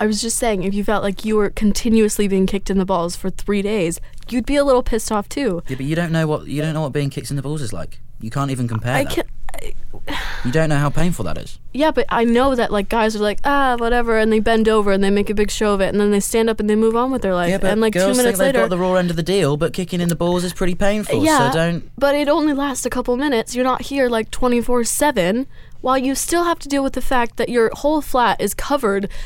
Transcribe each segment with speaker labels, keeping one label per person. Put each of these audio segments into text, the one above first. Speaker 1: I was just saying, if you felt like you were continuously being kicked in the balls for three days, you'd be a little pissed off too.
Speaker 2: Yeah, but you don't know what you don't know what being kicked in the balls is like. You can't even compare.
Speaker 1: I
Speaker 2: that.
Speaker 1: can I,
Speaker 2: You don't know how painful that is.
Speaker 1: yeah, but I know that like guys are like ah whatever, and they bend over and they make a big show of it, and then they stand up and they move on with their life,
Speaker 2: yeah, but
Speaker 1: and like
Speaker 2: girls
Speaker 1: two minutes
Speaker 2: think they've
Speaker 1: later.
Speaker 2: got the raw end of the deal, but kicking in the balls is pretty painful.
Speaker 1: yeah,
Speaker 2: So don't.
Speaker 1: but it only lasts a couple minutes. You're not here like 24 7 while you still have to deal with the fact that your whole flat is covered.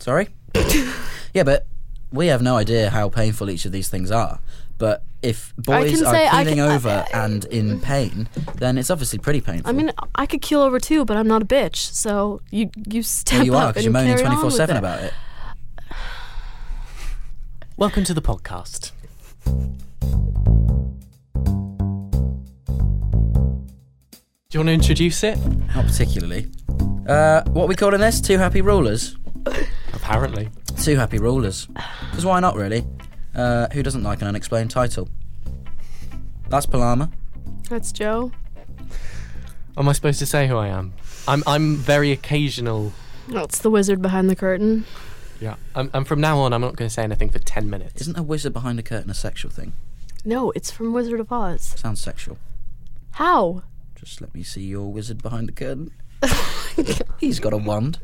Speaker 2: Sorry. yeah, but we have no idea how painful each of these things are. But if boys
Speaker 1: can
Speaker 2: are
Speaker 1: say I
Speaker 2: keeling
Speaker 1: can-
Speaker 2: over and in pain, then it's obviously pretty painful.
Speaker 1: I mean, I could keel over too, but I'm not a bitch. So you you step
Speaker 2: Well, you
Speaker 1: up
Speaker 2: are because
Speaker 1: and
Speaker 2: you're moaning
Speaker 1: carry on with
Speaker 2: 24 7
Speaker 1: it.
Speaker 2: about it.
Speaker 3: Welcome to the podcast. Do you want to introduce it?
Speaker 2: Not particularly. Uh, what are we calling this? Two happy rulers.
Speaker 3: Apparently.
Speaker 2: Two happy rulers. Because why not, really? Uh, who doesn't like an unexplained title? That's Palama.
Speaker 1: That's Joe.
Speaker 3: Am I supposed to say who I am? I'm I'm very occasional.
Speaker 1: That's the wizard behind the curtain.
Speaker 3: Yeah. I'm, I'm from now on. I'm not going to say anything for ten minutes.
Speaker 2: Isn't a wizard behind a curtain a sexual thing?
Speaker 1: No, it's from Wizard of Oz.
Speaker 2: Sounds sexual.
Speaker 1: How?
Speaker 2: Just let me see your wizard behind the curtain. He's got a wand.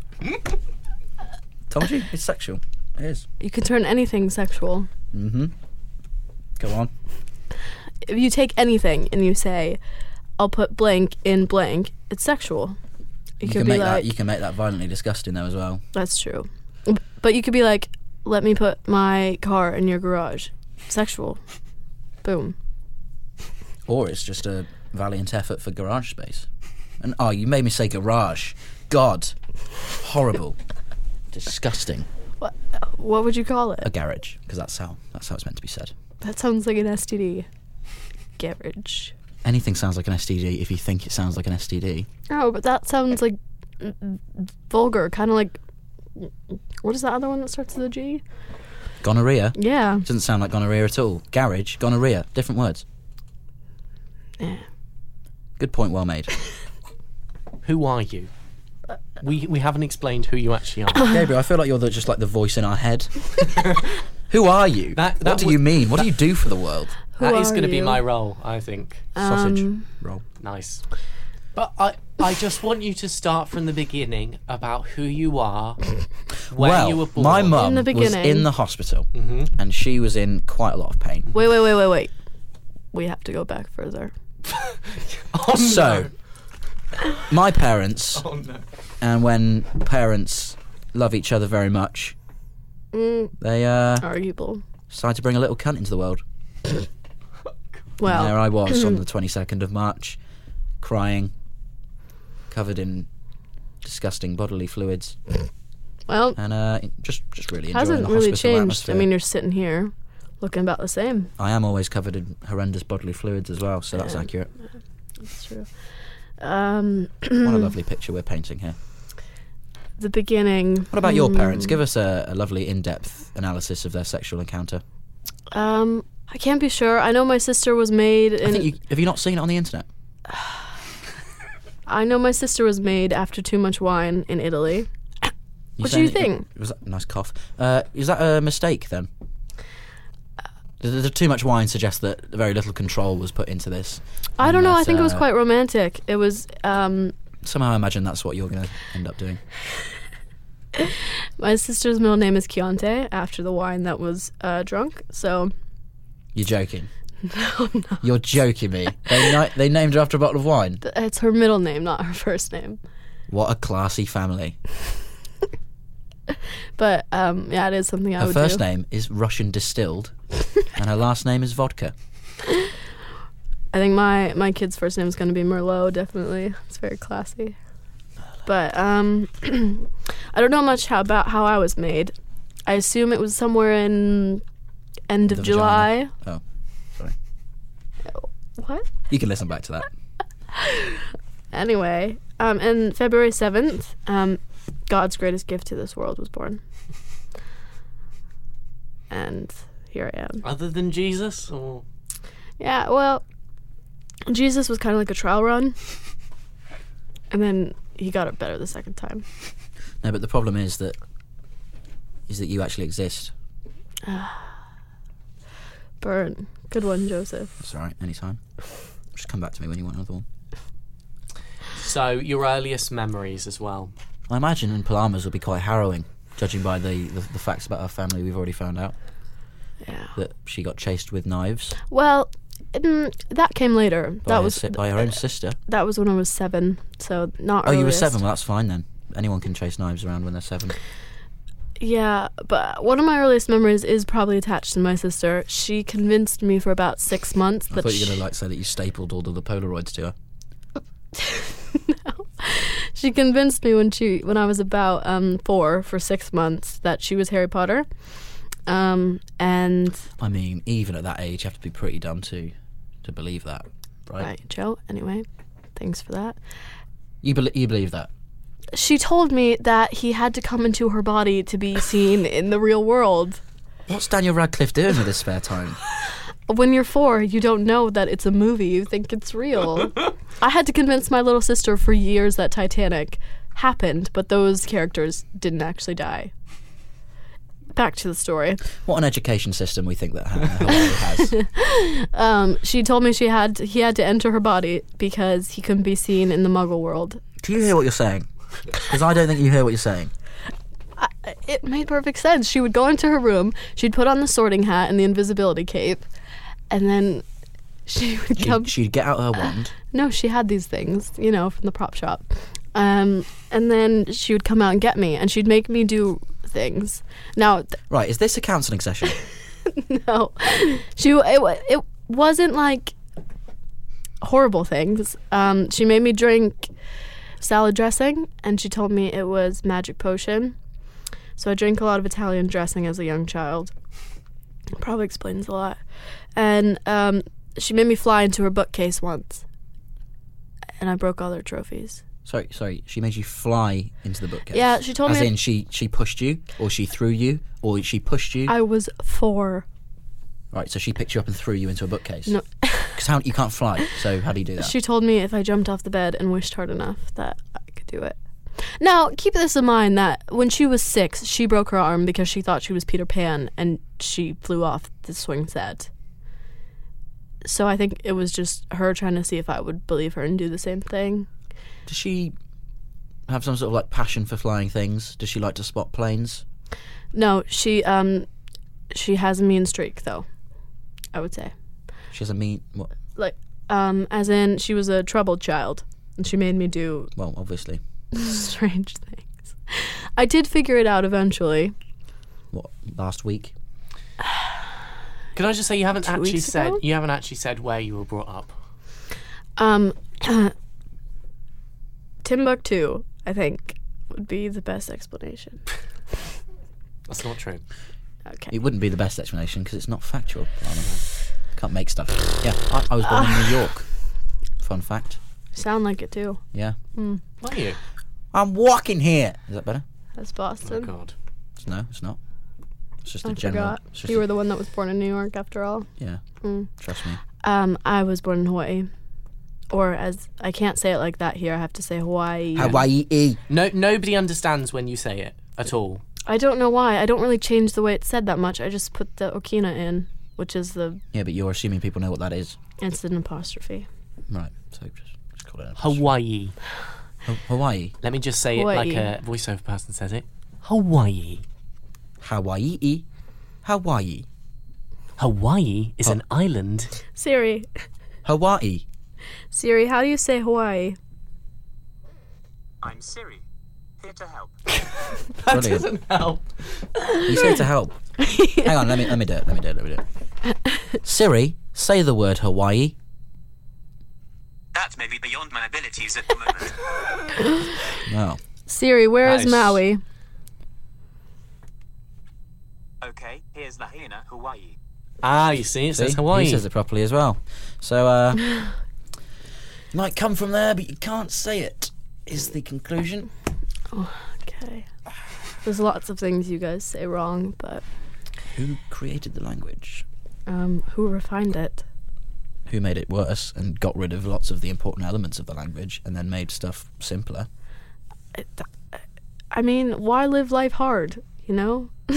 Speaker 2: Told you, it's sexual. It is.
Speaker 1: You can turn anything sexual.
Speaker 2: Mm-hmm. Go on.
Speaker 1: If you take anything and you say, I'll put blank in blank, it's sexual. You,
Speaker 2: You
Speaker 1: could
Speaker 2: can
Speaker 1: be
Speaker 2: make
Speaker 1: like,
Speaker 2: that. You can make that violently disgusting though as well.
Speaker 1: that's true. But you could be like, let me put my car in your garage. Sexual. Boom.
Speaker 2: Or it's just a valiant effort for garage space. And oh, you made me say garage. God, horrible, disgusting.
Speaker 1: What would you call
Speaker 2: A
Speaker 1: it?
Speaker 2: garage, because that's how that's how it's meant to be said.
Speaker 1: That sounds like an STD. Garage.
Speaker 2: Anything sounds like an STD if you think it sounds like an STD.
Speaker 1: Oh, but that sounds like mm, vulgar. Kind of like. mm, What is that other one that starts with a G?
Speaker 2: Gonorrhea
Speaker 1: Yeah.
Speaker 2: doesn't sound like gonorrhea at all. Garage, gonorrhea, different words.
Speaker 1: Yeah.
Speaker 2: Good point, well made.
Speaker 3: Who are you? We we haven't explained who you actually are.
Speaker 2: Gabriel, I feel like you're the, just like the voice in our head. Who are you?
Speaker 3: That-
Speaker 2: what
Speaker 3: that
Speaker 2: do
Speaker 3: would-
Speaker 2: you mean? What do you do for the world?
Speaker 3: that is
Speaker 1: are
Speaker 3: going to be
Speaker 1: you?
Speaker 3: my role, I think.
Speaker 2: Sausage
Speaker 1: Um,
Speaker 2: roll.
Speaker 3: Nice. But I I just want you to start from the beginning about who you are, where
Speaker 2: well,
Speaker 3: you were born.
Speaker 2: my
Speaker 3: Mm-hmm.
Speaker 2: mum
Speaker 1: the
Speaker 2: was
Speaker 1: beginning.
Speaker 2: in the hospital, and she was in quite a lot of pain.
Speaker 1: Wait, wait, wait, wait, wait. We have to go back further.
Speaker 3: Oh,
Speaker 2: So, my parents,
Speaker 3: no. Oh, no.
Speaker 2: and when parents love each other very much,
Speaker 1: Mm.
Speaker 2: they uh,
Speaker 1: Arguable.
Speaker 2: decide to bring a little cunt into the world. And there
Speaker 1: Well,
Speaker 2: I was on the 22nd of March, crying, covered in disgusting bodily fluids,
Speaker 1: well,
Speaker 2: and uh, just just really enjoying
Speaker 1: hasn't
Speaker 2: the
Speaker 1: really
Speaker 2: hospital
Speaker 1: changed. I
Speaker 2: atmosphere.
Speaker 1: mean, you're sitting here looking about the same.
Speaker 2: I am always covered in horrendous bodily fluids as well, so that's accurate.
Speaker 1: That's true. Um,
Speaker 2: what a lovely picture we're painting here.
Speaker 1: the beginning.
Speaker 2: What about your
Speaker 1: Mm.
Speaker 2: parents? Give us a, a lovely in-depth analysis of their sexual encounter.
Speaker 1: Um, I can't be sure. I know my sister was made
Speaker 2: I
Speaker 1: in.
Speaker 2: think you, have you not seen it on the internet?
Speaker 1: I know my sister was made after too much wine in Italy.
Speaker 2: You
Speaker 1: What do you
Speaker 2: saying it-
Speaker 1: think?
Speaker 2: was that nice cough? Uh, is that a mistake then? Th- th- too much wine suggests that very little control was put into this.
Speaker 1: I don't know.
Speaker 2: That's,
Speaker 1: I think it was
Speaker 2: uh,
Speaker 1: quite romantic. It was. Um,
Speaker 2: Somehow, I imagine that's what you're going to end up doing.
Speaker 1: my sister's middle name is Chianti after the wine that was uh, drunk. So
Speaker 2: You're joking. No, You're joking me. They, ni- they named her after a bottle of wine.
Speaker 1: th- it's her middle name, not her first name.
Speaker 2: What a classy family.
Speaker 1: But um, yeah, it is something I
Speaker 2: Her
Speaker 1: would
Speaker 2: first
Speaker 1: do.
Speaker 2: name is Russian distilled, and her last name is vodka.
Speaker 1: I think my my kid's first name is going to be Merlot. Definitely, it's very classy. But um, I don't know much how, about how I was made. I assume it was somewhere in end of
Speaker 2: The
Speaker 1: July.
Speaker 2: vagina. Oh, sorry.
Speaker 1: What?
Speaker 2: You can listen back to that.
Speaker 1: Anyway, um, and February 7th, um, God's greatest gift to this world was born. And here I am.
Speaker 3: Other than Jesus? Or
Speaker 1: Yeah, well, Jesus was kind of like a trial run. And then he got it better the second time.
Speaker 2: No, but the problem is that is that you actually exist.
Speaker 1: Burn. Good one, Joseph.
Speaker 2: It's all right. Anytime. Just come back to me when you want another one.
Speaker 3: so your earliest memories as well.
Speaker 2: I imagine in Palamas will be quite harrowing, judging by the, the, the facts about her family we've already found out.
Speaker 1: Yeah.
Speaker 2: That she got chased with knives
Speaker 1: Well, mm, that came later.
Speaker 2: by,
Speaker 1: that
Speaker 2: her,
Speaker 1: was
Speaker 2: si- by her own sister.
Speaker 1: that was when I was seven, so not.
Speaker 2: Oh, you were
Speaker 1: earliest.
Speaker 2: seven. Well, that's fine then. Anyone can chase knives around when they're seven.
Speaker 1: Yeah, but one of my earliest memories is probably attached to my sister. She convinced me for about six months
Speaker 2: I
Speaker 1: that
Speaker 2: thought you were
Speaker 1: she,
Speaker 2: gonna like say that you stapled all of the Polaroids to her.
Speaker 1: she convinced me when she when I was about um, four for six months that she was Harry Potter. Um, and
Speaker 2: I mean, even at that age, you have to be pretty dumb to to believe that, right?
Speaker 1: right, Joe. Anyway, thanks for that.
Speaker 2: You bel you believe that?
Speaker 1: She told me that he had to come into her body to be seen in the real world.
Speaker 2: What's Daniel Radcliffe doing with his spare time?
Speaker 1: when you're four, you don't know that it's a movie. You think it's real. I had to convince my little sister for years that Titanic happened, but those characters didn't actually die. Back to the story.
Speaker 2: What an education system we think that Hannah Hawaii has.
Speaker 1: Um, she told me she had he had to enter her body because he couldn't be seen in the Muggle world.
Speaker 2: Do you hear what you're saying? Because I don't think you hear what you're saying.
Speaker 1: It made perfect sense. She would go into her room. She'd put on the sorting hat and the invisibility cape, and then she would
Speaker 2: She,
Speaker 1: come.
Speaker 2: she'd get out her wand.
Speaker 1: No, she had these things, you know, from the prop shop. Um, and then she would come out and get me, and she'd make me do things. Now, th-
Speaker 2: Right, is this a counselling session?
Speaker 1: no, she it, wa- it wasn't like horrible things. Um, she made me drink salad dressing, and she told me it was magic potion. So I drank a lot of Italian dressing as a young child. It probably explains a lot. And um, she made me fly into her bookcase once, and I broke all her trophies.
Speaker 2: Sorry, sorry. She made you fly into the bookcase.
Speaker 1: Yeah, she told
Speaker 2: As
Speaker 1: me-
Speaker 2: in, she she pushed you, or she threw you, or she pushed you.
Speaker 1: I was four.
Speaker 2: right, so she picked you up and threw you into a bookcase.
Speaker 1: No,
Speaker 2: because how you can't fly. So how do you do that?
Speaker 1: she told me if I jumped off the bed and wished hard enough that I could do it. Now, keep this in mind that when she was six, she broke her arm because she thought she was Peter Pan and she flew off the swing set. So I think it was just her trying to see if I would believe her and do the same thing.
Speaker 2: Does she have some sort of like passion for flying things? Does she like to spot planes?
Speaker 1: No, she um, she has a mean streak though. I would say,
Speaker 2: She has a mean. What?
Speaker 1: like um, as in she was a troubled child and she made me do
Speaker 2: Well, obviously.
Speaker 1: strange things. I did figure it out eventually.
Speaker 2: What? Last week.
Speaker 3: Can I just say you haven't actually
Speaker 1: weeks
Speaker 3: said
Speaker 1: ago?
Speaker 3: you haven't actually said where you were brought up.
Speaker 1: Um, Timbuktu, I think, would be the best explanation.
Speaker 3: That's not true.
Speaker 1: Okay.
Speaker 2: It wouldn't be the best explanation because it's not factual. I don't know. Can't make stuff. Yeah, I, I was born in New York. Fun fact.
Speaker 1: Sound like it too.
Speaker 2: Yeah.
Speaker 3: Are you?
Speaker 2: I'm walking here. Is that better?
Speaker 1: That's
Speaker 3: Oh
Speaker 1: Boston.
Speaker 3: God.
Speaker 2: It's- No, it's not. It's just a
Speaker 1: I
Speaker 2: general.
Speaker 1: forgot.
Speaker 2: it's just
Speaker 1: You
Speaker 2: a-
Speaker 1: were the one that was born in New York, after all.
Speaker 2: yeah. Trust me.
Speaker 1: Um, I was born in Hawaii. Or as I can't say it like that here, I have to say Hawaii.
Speaker 2: Hawaii.
Speaker 3: No, nobody understands when you say it at all.
Speaker 1: I don't know why. I don't really change the way it's said that much. I just put the Okina in, which is the
Speaker 2: Yeah, but you're assuming people know what that is.
Speaker 1: it's an apostrophe.
Speaker 2: Right. So just, just call it. a-
Speaker 3: Hawaii.
Speaker 2: Ha- Hawaii.
Speaker 3: Let me just say
Speaker 1: Hawaii.
Speaker 3: it like a voiceover person says it. Hawaii.
Speaker 2: Hawaii. Hawaii.
Speaker 3: Hawaii is an island.
Speaker 1: Siri,
Speaker 2: Hawaii.
Speaker 1: Siri, how do you say Hawaii?
Speaker 4: I'm Siri, here to help.
Speaker 3: That
Speaker 2: Brilliant.
Speaker 3: doesn't help.
Speaker 2: He's here to help. Hang on, let me let me do it. Let me do it. Let me do it. Siri, say the word Hawaii.
Speaker 4: That may be beyond my abilities at the moment.
Speaker 2: No.
Speaker 1: Siri, where is
Speaker 3: Nice.
Speaker 1: Maui?
Speaker 4: Okay, here's Lahaina, Hawaii.
Speaker 3: Ah, you see, it says
Speaker 2: See?
Speaker 3: Hawaii.
Speaker 2: He says it properly as well. So, uh, you might come from there, but you can't say it, is the conclusion.
Speaker 1: Okay. There's lots of things you guys say wrong, but
Speaker 2: Who created the language?
Speaker 1: um, who refined it?
Speaker 2: Who made it worse and got rid of lots of the important elements of the language and then made stuff simpler?
Speaker 1: I mean, why live life hard? You know,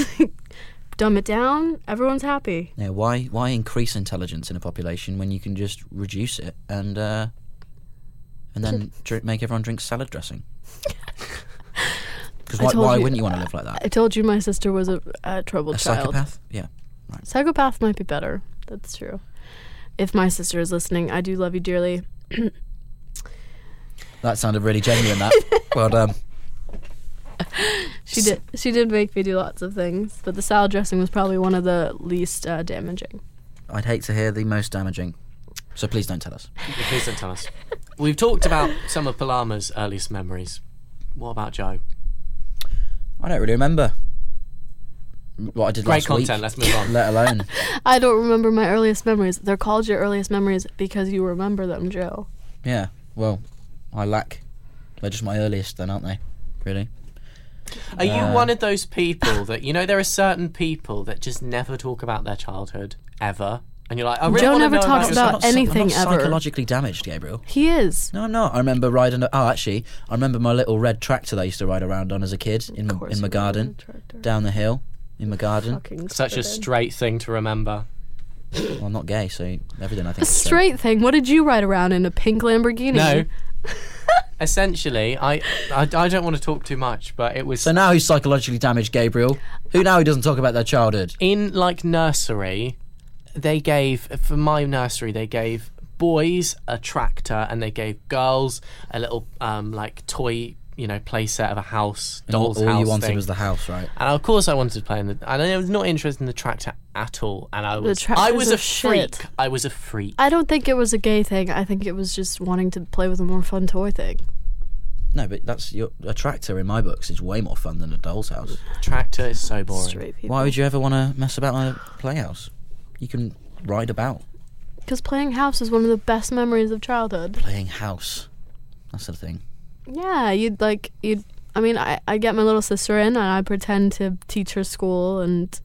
Speaker 1: dumb it down. Everyone's happy.
Speaker 2: Yeah, why why increase intelligence in a population when you can just reduce it and uh, and then dr- make everyone drink salad dressing? Because
Speaker 1: I
Speaker 2: why,
Speaker 1: told
Speaker 2: why
Speaker 1: you-
Speaker 2: wouldn't you want to live like that?
Speaker 1: I told you my sister was a, a
Speaker 2: A
Speaker 1: troubled child.
Speaker 2: psychopath? Yeah.
Speaker 1: Psychopath might be better. That's true. If my sister is listening, I do love you dearly.
Speaker 2: That sounded really genuine, that. well done.
Speaker 1: She did. She did make me do lots of things, but the salad dressing was probably one of the least uh, damaging.
Speaker 2: I'd hate to hear the most damaging. So please don't tell us.
Speaker 3: Please don't tell us. We've talked about some of Palama's earliest memories. What about Joe?
Speaker 2: I don't really remember what I did
Speaker 3: Great
Speaker 2: last
Speaker 3: content.
Speaker 2: week.
Speaker 3: Let's move on.
Speaker 2: Let alone.
Speaker 1: I don't remember my earliest memories. They're called your earliest memories because you remember them, Joe.
Speaker 2: yeah. Well, I lack. They're just my earliest, then, aren't they? Really?
Speaker 3: Are you one of those people that you know there are certain people that just never talk about their childhood ever, and you're like, I really
Speaker 1: Joe
Speaker 3: want
Speaker 1: never
Speaker 3: to know
Speaker 1: talks
Speaker 3: about,
Speaker 1: about-
Speaker 3: yourself.
Speaker 2: I'm not
Speaker 1: anything ever.
Speaker 2: psychologically damaged, Gabriel.
Speaker 1: He is.
Speaker 2: No, I'm not. I remember riding. Oh, actually, I remember my little red tractor that I used to ride around on as a kid in my,
Speaker 1: course
Speaker 2: Mm, in my
Speaker 1: you
Speaker 2: garden,
Speaker 1: remember the tractor.
Speaker 2: down the hill, in my garden.
Speaker 1: Fucking
Speaker 3: Such a
Speaker 1: stupid.
Speaker 3: straight thing to remember.
Speaker 2: Well, I'm not gay, so everything I think.
Speaker 1: A
Speaker 2: is straight.
Speaker 1: straight thing. What did you ride around in a pink Lamborghini?
Speaker 3: No. Essentially, I, I I don't want to talk too much, but it was
Speaker 2: So now he's psychologically damaged, Gabriel. Who now he doesn't talk about their childhood?
Speaker 3: in like nursery, they gave for my nursery they gave boys a tractor and they gave girls a little um like toy you know play set of a house
Speaker 2: All,
Speaker 3: doll's
Speaker 2: all
Speaker 3: house
Speaker 2: you wanted
Speaker 3: thing.
Speaker 2: was the house, right?
Speaker 3: and of course I wanted to play in the and I was not interested in the tractor at all and I was I
Speaker 1: tractors
Speaker 3: was
Speaker 1: are
Speaker 3: a freak
Speaker 1: shit.
Speaker 3: I was a freak
Speaker 1: I don't think it was a gay thing. I think it was just wanting to play with a more fun toy thing.
Speaker 2: No, but that's your a tractor in my books is way more fun than a doll's house.
Speaker 3: tractor is so boring
Speaker 1: Straight
Speaker 2: Why
Speaker 1: people.
Speaker 2: would you ever want to mess about on a playhouse? You can ride about
Speaker 1: Because playing house is one of the best memories of childhood.
Speaker 2: playing house. That's the thing.
Speaker 1: Yeah, you'd like you'd. I mean, I I get my little sister in and I pretend to teach her school and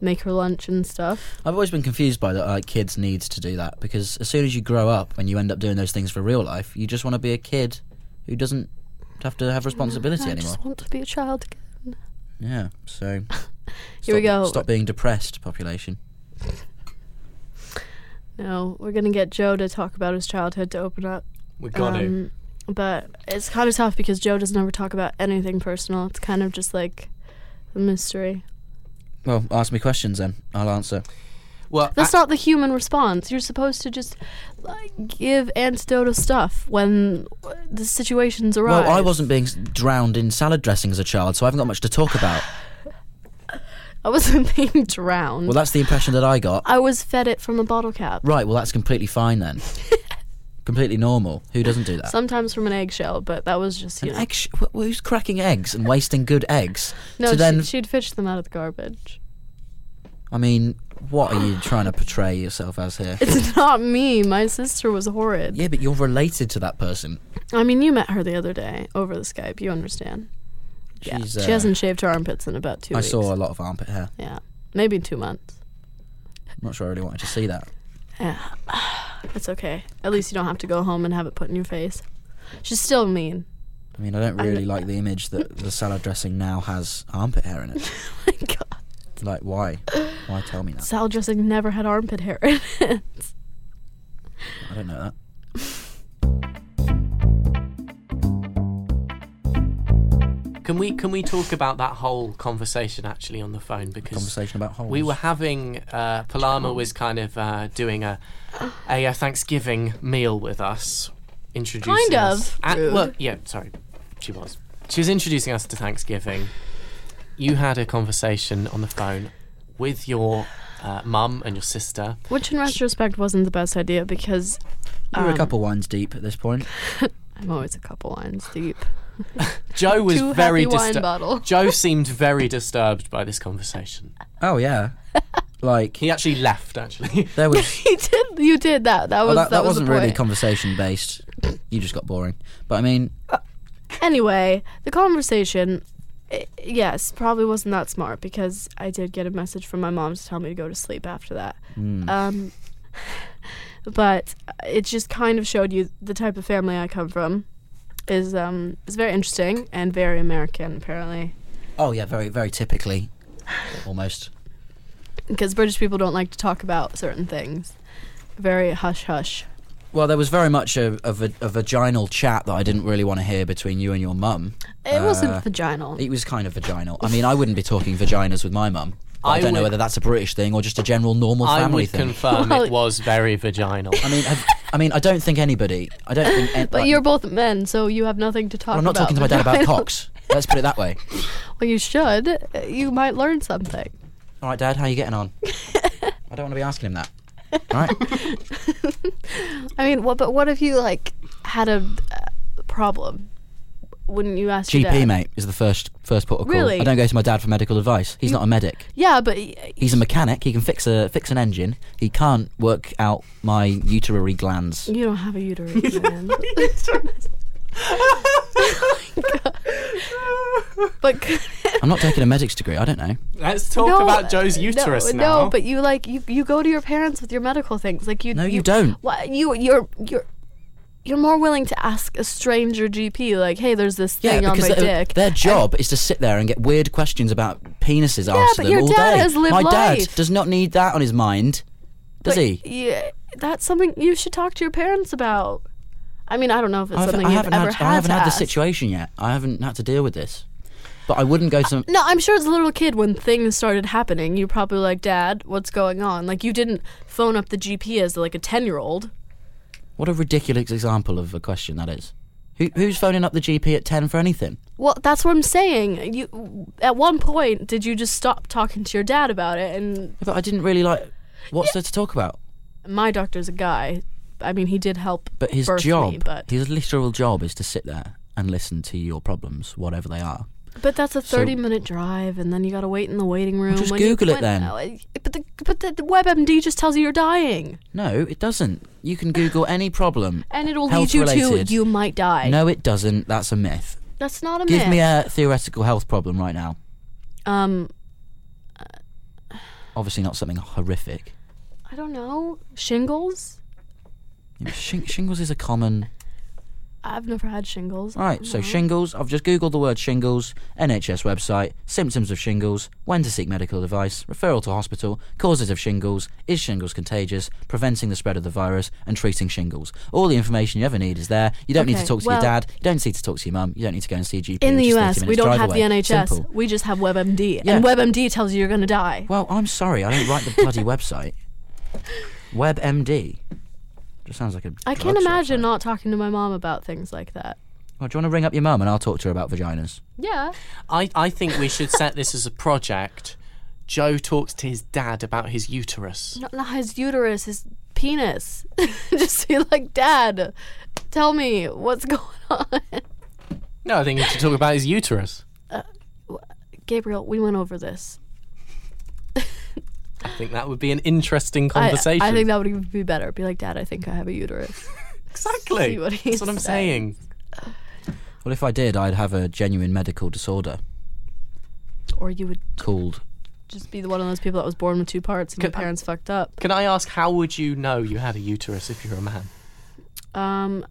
Speaker 1: make her lunch and stuff.
Speaker 2: I've always been confused by that. Like kids need to do that because as soon as you grow up and you end up doing those things for real life, you just want to be a kid who doesn't have to have responsibility
Speaker 1: I
Speaker 2: anymore.
Speaker 1: just want to be a child. again.
Speaker 2: Yeah. So
Speaker 1: Here we
Speaker 2: stop-
Speaker 1: go.
Speaker 2: Stop being depressed, population.
Speaker 1: No, we're gonna get Joe to talk about his childhood to open up.
Speaker 3: we got to
Speaker 1: Um, But it's kind of tough because Joe doesn't ever talk about anything personal. It's kind of just like a mystery.
Speaker 2: Well, ask me questions then. I'll answer.
Speaker 3: well
Speaker 1: That's not the human response. You're supposed to just like, give antidotal stuff when uh, the situations arise.
Speaker 2: Well, I wasn't being s- drowned in salad dressing as a child, so I haven't got much to talk about.
Speaker 1: I wasn't being drowned.
Speaker 2: Well, that's the impression that I got.
Speaker 1: I was fed it from a bottle cap.
Speaker 2: Right, well, that's completely fine then. completely normal. Who doesn't do that?
Speaker 1: Sometimes from an eggshell, but that was just you
Speaker 2: An
Speaker 1: know.
Speaker 2: egg sh- wh- who's cracking eggs and wasting good eggs?
Speaker 1: no,
Speaker 2: to
Speaker 1: she,
Speaker 2: then,
Speaker 1: she'd fish them out of the garbage.
Speaker 2: I mean, what are you trying to portray yourself as here?
Speaker 1: It's not me. My sister was horrid.
Speaker 2: Yeah, but you're related to that person.
Speaker 1: I mean, you met her the other day over the Skype. You understand?
Speaker 2: She's,
Speaker 1: yeah.
Speaker 2: uh,
Speaker 1: She hasn't shaved her armpits in about two
Speaker 2: I
Speaker 1: weeks.
Speaker 2: saw a lot of armpit hair.
Speaker 1: Yeah, maybe two months.
Speaker 2: I'm not sure I really wanted to see that.
Speaker 1: It's okay. At least you don't have to go home and have it put in your face. She's still mean.
Speaker 2: I mean, I don't really like the image that the salad dressing now has armpit hair in it.
Speaker 1: My God,
Speaker 2: Like, why? Why tell me that?
Speaker 1: salad dressing never had armpit hair. in it.
Speaker 2: I don't know that.
Speaker 3: Can we can we talk about that whole conversation actually on the phone because
Speaker 2: Conversation about holes.
Speaker 3: we were having uh, Palama was kind of uh, doing a, a uh, Thanksgiving meal with us, introducing
Speaker 1: Kind
Speaker 3: us-
Speaker 1: of
Speaker 3: and-
Speaker 1: rude.
Speaker 3: well, yeah, sorry, she was. She was introducing us to Thanksgiving. You had a conversation on the phone with your uh, mum and your sister.
Speaker 1: Which, in retrospect, wasn't the best idea because
Speaker 2: We were a couple wines deep at this point.
Speaker 1: I'm always a couple lines deep.
Speaker 3: Joe was
Speaker 1: Too
Speaker 3: very
Speaker 1: happy wine
Speaker 3: disturbed.
Speaker 1: bottle.
Speaker 3: Joe seemed very disturbed by this conversation.
Speaker 2: Oh yeah, like
Speaker 3: He actually left. Actually,
Speaker 2: there was.
Speaker 1: you did. You did that. That was
Speaker 2: well, Oh, that, that
Speaker 1: was
Speaker 2: wasn't
Speaker 1: the
Speaker 2: really
Speaker 1: point.
Speaker 2: conversation based. You just got boring. But I mean,
Speaker 1: anyway, the conversation, i yes, probably wasn't that smart because I did get a message from my mom to tell me to go to sleep after that.
Speaker 2: Hmm.
Speaker 1: Um, but it just kind of showed you the type of family I come from. Is um is very interesting and very American apparently
Speaker 2: oh yeah, very very typically, almost.
Speaker 1: because British people don't like to talk about certain things. Very hush hush.
Speaker 2: Well, there was very much a, a, va- a vaginal chat that I didn't really want to hear between you and your mum.
Speaker 1: It
Speaker 2: Uh,
Speaker 1: wasn't vaginal.
Speaker 2: It was kind of vaginal. I mean, I wouldn't be talking vaginas with my mum. But I,
Speaker 3: I
Speaker 2: don't know
Speaker 3: would-
Speaker 2: whether that's a British thing or just a general normal
Speaker 3: I
Speaker 2: family
Speaker 3: would
Speaker 2: thing.
Speaker 3: confirm
Speaker 1: Well-
Speaker 3: it was very vaginal.
Speaker 2: I mean, have, I mean, I don't think anybody. I don't think. An-
Speaker 1: But
Speaker 2: like-
Speaker 1: you're both men, so you have nothing to talk
Speaker 2: Well, I'm not
Speaker 1: about.
Speaker 2: talking to my dad about cocks. Let's put it that way.
Speaker 1: Well, you should. You might learn something.
Speaker 2: All right, Dad, how you getting on? I don't want to be asking him that. All right.
Speaker 1: I mean, what? But what if you like had a uh, problem? Wouldn't you ask your
Speaker 2: GP,
Speaker 1: dad?
Speaker 2: mate, is the first first port of call.
Speaker 1: Really?
Speaker 2: I don't go to my dad for medical advice. He's not a medic.
Speaker 1: Yeah, but y-
Speaker 2: He's a mechanic. He can fix a fix an engine. He can't work out my uterary glands.
Speaker 1: you don't have a uterus. man. Oh but c-
Speaker 2: I'm not taking a medic's degree. I don't know.
Speaker 3: Let's talk
Speaker 1: no,
Speaker 3: about Joe's
Speaker 1: uh,
Speaker 3: uterus
Speaker 1: no,
Speaker 3: now.
Speaker 1: No, but you like you, you go to your parents with your medical things. Like you.
Speaker 2: No, you don't.
Speaker 1: What you you're you're. You're more willing to ask a stranger GP, like, "Hey, there's this
Speaker 2: Yeah,
Speaker 1: thing on
Speaker 2: because
Speaker 1: my
Speaker 2: their,
Speaker 1: dick."
Speaker 2: their job is to sit there and get weird questions about penises asked
Speaker 1: but
Speaker 2: to them
Speaker 1: your
Speaker 2: all
Speaker 1: dad
Speaker 2: day.
Speaker 1: has lived
Speaker 2: my dad
Speaker 1: life.
Speaker 2: does not need that on his mind, does
Speaker 1: But,
Speaker 2: he?
Speaker 1: Yeah, that's something you should talk to your parents about. I mean, I don't know if it's
Speaker 2: I've-
Speaker 1: something
Speaker 2: I
Speaker 1: you've
Speaker 2: haven't
Speaker 1: ever
Speaker 2: had,
Speaker 1: had.
Speaker 2: I haven't
Speaker 1: to
Speaker 2: had the
Speaker 1: ask.
Speaker 2: situation yet. I haven't had to deal with this, but I wouldn't go to. Some,
Speaker 1: No, I'm sure as a little kid when things started happening, you probably were like, Dad, what's going on? Like you didn't phone up the GP as like a ten year old.
Speaker 2: what a ridiculous example of a question that is. Who, who's phoning up the GP at ten for anything?
Speaker 1: Well, that's what I'm saying. You at one point did you just stop talking to your dad about it? And
Speaker 2: But I didn't really like. What's there to talk about?
Speaker 1: my doctor's a guy. I mean, he did help.
Speaker 2: But his
Speaker 1: birth
Speaker 2: job,
Speaker 1: me, but
Speaker 2: his literal job, is to sit there and listen to your problems, whatever they are.
Speaker 1: But that's a
Speaker 2: So-
Speaker 1: 30 minute drive, and then you gotta wait in the waiting room.
Speaker 2: just
Speaker 1: when you-
Speaker 2: Google it
Speaker 1: when-
Speaker 2: then.
Speaker 1: uh, But the, but the, the WebMD just tells you you're dying,
Speaker 2: No, it doesn't. You can Google any problem,
Speaker 1: and it'll
Speaker 2: health
Speaker 1: lead you
Speaker 2: related.
Speaker 1: to you might die.
Speaker 2: No, it doesn't. That's a myth.
Speaker 1: That's not a
Speaker 2: Give
Speaker 1: myth.
Speaker 2: me a theoretical health problem right now.
Speaker 1: um,
Speaker 2: Obviously, not something horrific.
Speaker 1: I don't know shingles.
Speaker 2: Shing- shingles is a common.
Speaker 1: I've never had shingles.
Speaker 2: Right, so shingles. I've just Googled the word shingles, NHS website, symptoms of shingles, when to seek medical advice, referral to hospital, causes of shingles, is shingles contagious, preventing the spread of the virus, and treating shingles. All the information you ever need is there. You don't need to
Speaker 1: Okay,
Speaker 2: talk to your
Speaker 1: well-
Speaker 2: dad, you don't need to talk to your mum, you don't need to go and see a GP.
Speaker 1: In the
Speaker 2: which is 30
Speaker 1: U.S., we
Speaker 2: minutes
Speaker 1: don't
Speaker 2: drive
Speaker 1: have
Speaker 2: away.
Speaker 1: the NHS.
Speaker 2: Simple.
Speaker 1: We just have WebMD,
Speaker 2: Yeah.
Speaker 1: and WebMD tells you you're gonna die.
Speaker 2: Well, I'm sorry, I don't write the bloody website. WebMD. Just sounds like a.
Speaker 1: I can't
Speaker 2: drugs
Speaker 1: imagine
Speaker 2: website.
Speaker 1: not talking to my mom about things like that.
Speaker 2: Well, do you want to ring up your mum and I'll talk to her about vaginas?
Speaker 1: Yeah.
Speaker 3: I, I think we should set this as a project. Joe talks to his dad about his uterus.
Speaker 1: Not, not his uterus, his penis. Just be like, Dad, tell me what's going on.
Speaker 3: No, I think he should talk about his uterus.
Speaker 1: Gabriel, we went over this.
Speaker 3: I think that would be an interesting
Speaker 1: I-
Speaker 3: conversation.
Speaker 1: I, think that would even be better. Be like, Dad, I think I have a uterus.
Speaker 3: exactly.
Speaker 1: See what he
Speaker 3: That's what I'm
Speaker 1: says.
Speaker 3: saying.
Speaker 2: Well, if I did, I'd have a genuine medical disorder
Speaker 1: Or you would
Speaker 2: called.
Speaker 1: just be the one of those people that was born with two parts and your
Speaker 3: Could I-
Speaker 1: parents fucked up.
Speaker 3: Can I ask how would you know you had a uterus if you're a man?
Speaker 1: Um,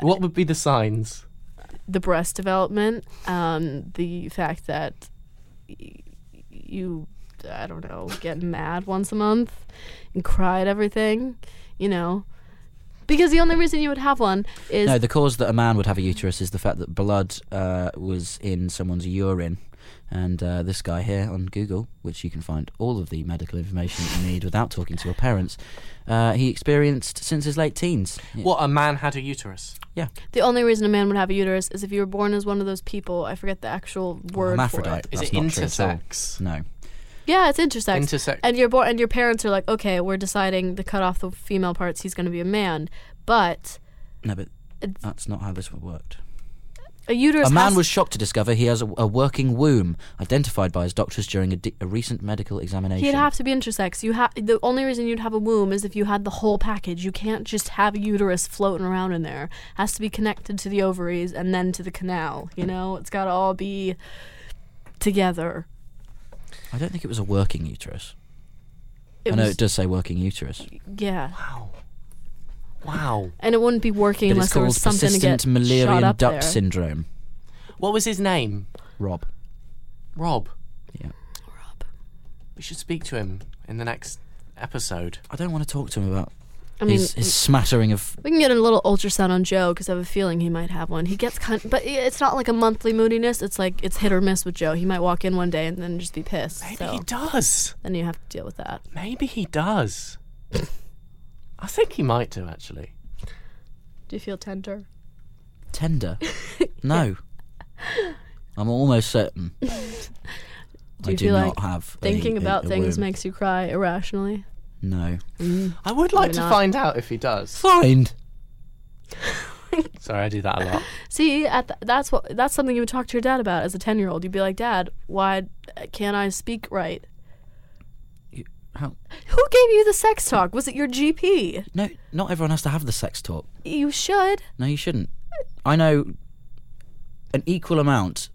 Speaker 3: What would be the signs?
Speaker 1: the breast development, um, the fact that y- you, I don't know, get mad once a month and cry at everything, you know. Because the only reason you would have one is
Speaker 2: No, the cause that a man would have a uterus is the fact that blood uh, was in someone's urine. And uh, this guy here on Google, which you can find all of the medical information that you need without talking to your parents, uh, he experienced since his late teens.
Speaker 3: What a man had a uterus.
Speaker 2: Yeah.
Speaker 1: The only reason a man would have a uterus is if you were born as one of those people. I forget the actual word.
Speaker 2: Oh, Hermaphrodite.
Speaker 1: For
Speaker 3: Is
Speaker 2: That's
Speaker 3: it
Speaker 2: not true at all.
Speaker 3: intersex?
Speaker 2: No.
Speaker 1: it. Yeah, it's intersex.
Speaker 3: Intersex.
Speaker 1: And you're born, and your parents are like, okay, we're deciding to cut off the female parts. He's going to be a man. But
Speaker 2: No, but
Speaker 1: It's-
Speaker 2: that's not how this worked.
Speaker 1: A uterus.
Speaker 2: A man
Speaker 1: has-
Speaker 2: was shocked to discover he has a, a working womb, identified by his doctors during a, di- a recent medical examination.
Speaker 1: He'd have to be intersex. You ha- the only reason you'd have a womb is if you had the whole package. You can't just have a uterus floating around in there. has to be connected to the ovaries and then to the canal. You know, it's got to all be together.
Speaker 2: I don't think it was a working uterus.
Speaker 1: It
Speaker 2: I know
Speaker 1: was-
Speaker 2: it does say working uterus,
Speaker 1: Yeah,
Speaker 3: Wow. Wow.
Speaker 1: and it wouldn't be working
Speaker 2: but
Speaker 1: unless
Speaker 2: it's
Speaker 1: there
Speaker 2: called
Speaker 1: was something to get
Speaker 2: persistent malarian
Speaker 1: shot up
Speaker 2: duct
Speaker 1: there.
Speaker 2: syndrome.
Speaker 3: What was his name?
Speaker 2: Rob.
Speaker 3: Rob.
Speaker 2: Yeah.
Speaker 1: Rob.
Speaker 3: We should speak to him in the next episode.
Speaker 2: I don't want to talk to him about
Speaker 1: I mean, mm.
Speaker 2: his, his smattering of.
Speaker 1: we can get a little ultrasound on Joe because I have a feeling he might have one. He gets kind, but i- it's not like a monthly moodiness. It's like it's hit or miss with Joe. He might walk in one day and then just be pissed.
Speaker 3: Maybe
Speaker 1: so
Speaker 3: he does.
Speaker 1: then you have to deal with that.
Speaker 3: Maybe he does. I think he might do actually.
Speaker 1: Do you feel tender?
Speaker 2: Tender? no. I'm almost certain. I
Speaker 1: you
Speaker 2: do
Speaker 1: feel
Speaker 2: not
Speaker 1: like
Speaker 2: have. a-
Speaker 1: Thinking
Speaker 2: a-
Speaker 1: about
Speaker 2: a
Speaker 1: things
Speaker 2: womb.
Speaker 1: makes you cry irrationally.
Speaker 2: No.
Speaker 3: I would like
Speaker 1: Maybe
Speaker 3: to
Speaker 1: not.
Speaker 3: find out if he does.
Speaker 2: Find.
Speaker 3: Sorry, I do that a lot.
Speaker 1: See, at th- that's what that's something you would talk to your dad about as a ten year old. You'd be like, Dad, why can't I speak right?
Speaker 2: How?
Speaker 1: Who gave you the sex talk? Was it your GP?
Speaker 2: No, not everyone has to have the sex talk.
Speaker 1: You should.
Speaker 2: No, you shouldn't. I know an equal amount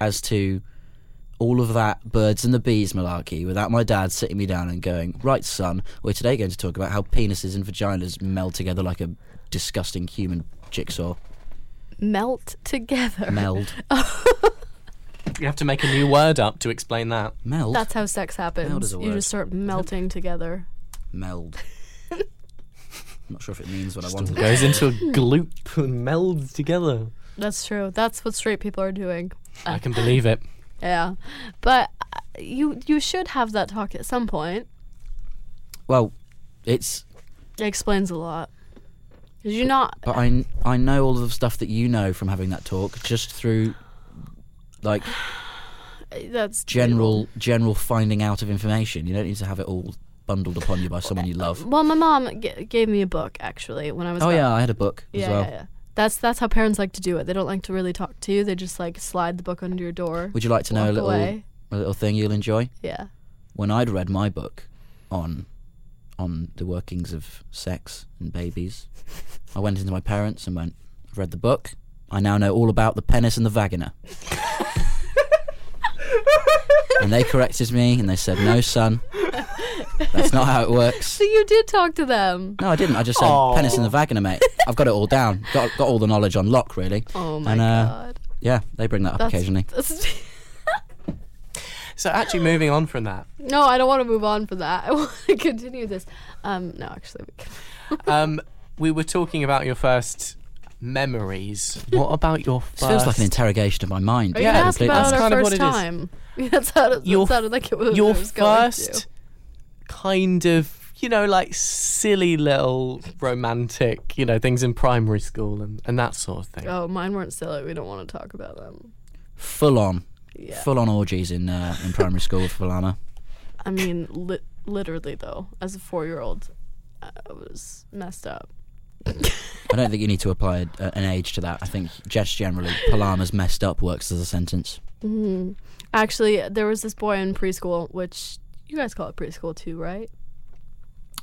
Speaker 2: as to all of that birds and the bees malarkey without my dad sitting me down and going, Right, son, we're today going to talk about how penises and vaginas meld together like a disgusting human jigsaw.
Speaker 1: Melt together.
Speaker 2: Meld.
Speaker 3: You have to make a new word up to explain that.
Speaker 2: Meld?
Speaker 1: That's how sex happens.
Speaker 2: is a
Speaker 1: You
Speaker 2: word.
Speaker 1: just start melting together.
Speaker 2: Meld. I'm not sure if it means what I wanted.
Speaker 3: Goes into a gloop and melds together.
Speaker 1: That's true. That's what straight people are doing.
Speaker 3: I can believe it.
Speaker 1: Yeah, but uh, you you should have that talk at some point.
Speaker 2: Well, it's.
Speaker 1: It explains a lot. 'Cause you're not.
Speaker 2: But I, I know all of the stuff that you know from having that talk just through, like,
Speaker 1: uh, That's
Speaker 2: general general finding out of information. You don't need to have it all bundled upon you by someone you love.
Speaker 1: Well, my mom g- gave me a book actually when I was.
Speaker 2: Oh
Speaker 1: about-
Speaker 2: yeah, I had a book as
Speaker 1: yeah,
Speaker 2: well.
Speaker 1: yeah, yeah. That's that's how parents like to do it. They don't like to really talk to you. They just like slide the book under your door.
Speaker 2: Would you like to know a
Speaker 1: walk
Speaker 2: little
Speaker 1: away.
Speaker 2: a little thing you'll enjoy?
Speaker 1: Yeah.
Speaker 2: When I'd read my book on on the workings of sex and babies, I went into my parents and went, I've read the book. I now know all about the penis and the vagina. and they corrected me and they said, No, son, that's not how it works.
Speaker 1: So you did talk to them.
Speaker 2: No, I didn't. I just said
Speaker 3: Aw.
Speaker 2: penis in the vagina, mate. I've got it all down. Got got all the knowledge on lock, really.
Speaker 1: Oh my
Speaker 2: And, uh,
Speaker 1: god.
Speaker 2: Yeah, they bring that up
Speaker 1: That's-
Speaker 2: occasionally.
Speaker 1: that's-
Speaker 3: So actually, moving on from that,
Speaker 1: no, I don't want to move on from that. I want to continue this. Um, no, actually, we can.
Speaker 3: um, we were talking about your first memories. What about your first?
Speaker 2: This feels like an interrogation of my mind.
Speaker 1: Are you
Speaker 3: Yeah,
Speaker 1: gonna ask
Speaker 2: Complete-
Speaker 1: about
Speaker 3: that's
Speaker 1: our
Speaker 3: kind of what
Speaker 1: first
Speaker 3: it is.
Speaker 1: time? That's how it,
Speaker 3: Your
Speaker 1: that sounded like it was.
Speaker 3: your
Speaker 1: I was going to.
Speaker 3: first kind of you know like silly little romantic you know things in primary school and, and that sort of thing
Speaker 1: Oh, mine weren't silly. We don't want to talk about them.
Speaker 2: full on,
Speaker 1: Yeah.
Speaker 2: full on orgies in uh, in primary school with Valana.
Speaker 1: I mean, li- literally though, as a four-year-old, I was messed up.
Speaker 2: I don't think you need to apply a, an age to that. I think just generally, Palama's messed up works as a sentence.
Speaker 1: Mhm. Actually, there was this boy in preschool, which you guys call it preschool too, right?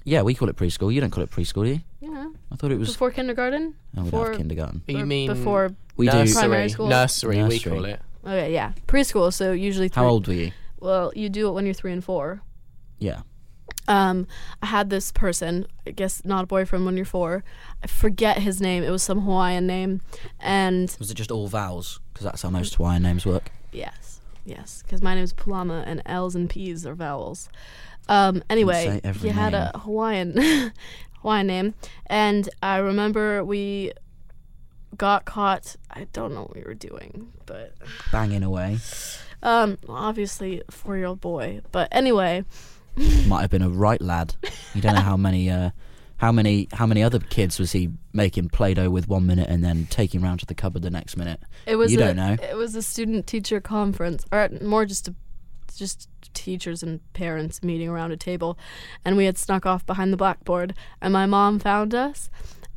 Speaker 2: Yeah, we call it preschool. You don't call it preschool, do you?
Speaker 1: Yeah.
Speaker 2: I thought it was.
Speaker 1: Before kindergarten.
Speaker 2: oh, we don't
Speaker 1: before-
Speaker 2: have kindergarten.
Speaker 3: you
Speaker 1: Or
Speaker 3: mean
Speaker 1: before?
Speaker 2: We do.
Speaker 3: nursery,
Speaker 1: Primary school.
Speaker 3: nursery we
Speaker 2: Nursery.
Speaker 3: call it
Speaker 1: Okay, yeah, preschool. So usually. Three,
Speaker 2: How old were you?
Speaker 1: Well, you do it when you're three and four.
Speaker 2: Yeah.
Speaker 1: um, I had this person, I guess not a boyfriend when you're four. I forget his name. It was some Hawaiian name. And
Speaker 2: Was it just all vowels? Because that's how most Hawaiian names work.
Speaker 1: yes, yes, because my name's Palama and L's and P's are vowels. Um, anyway,
Speaker 2: say every
Speaker 1: he had
Speaker 2: name.
Speaker 1: a Hawaiian, Hawaiian name. And I remember we got caught. I don't know what we were doing, but
Speaker 2: Banging away
Speaker 1: um, obviously, four year old boy. But anyway,
Speaker 2: might have been a right lad. You don't know how many uh, how many how many other kids was he making play-doh with one minute and then taking round to the cupboard the next minute.
Speaker 1: It was
Speaker 2: You
Speaker 1: a,
Speaker 2: don't know.
Speaker 1: It was a student teacher conference, or more just a, just teachers and parents meeting around a table, and we had snuck off behind the blackboard, and my mom found us,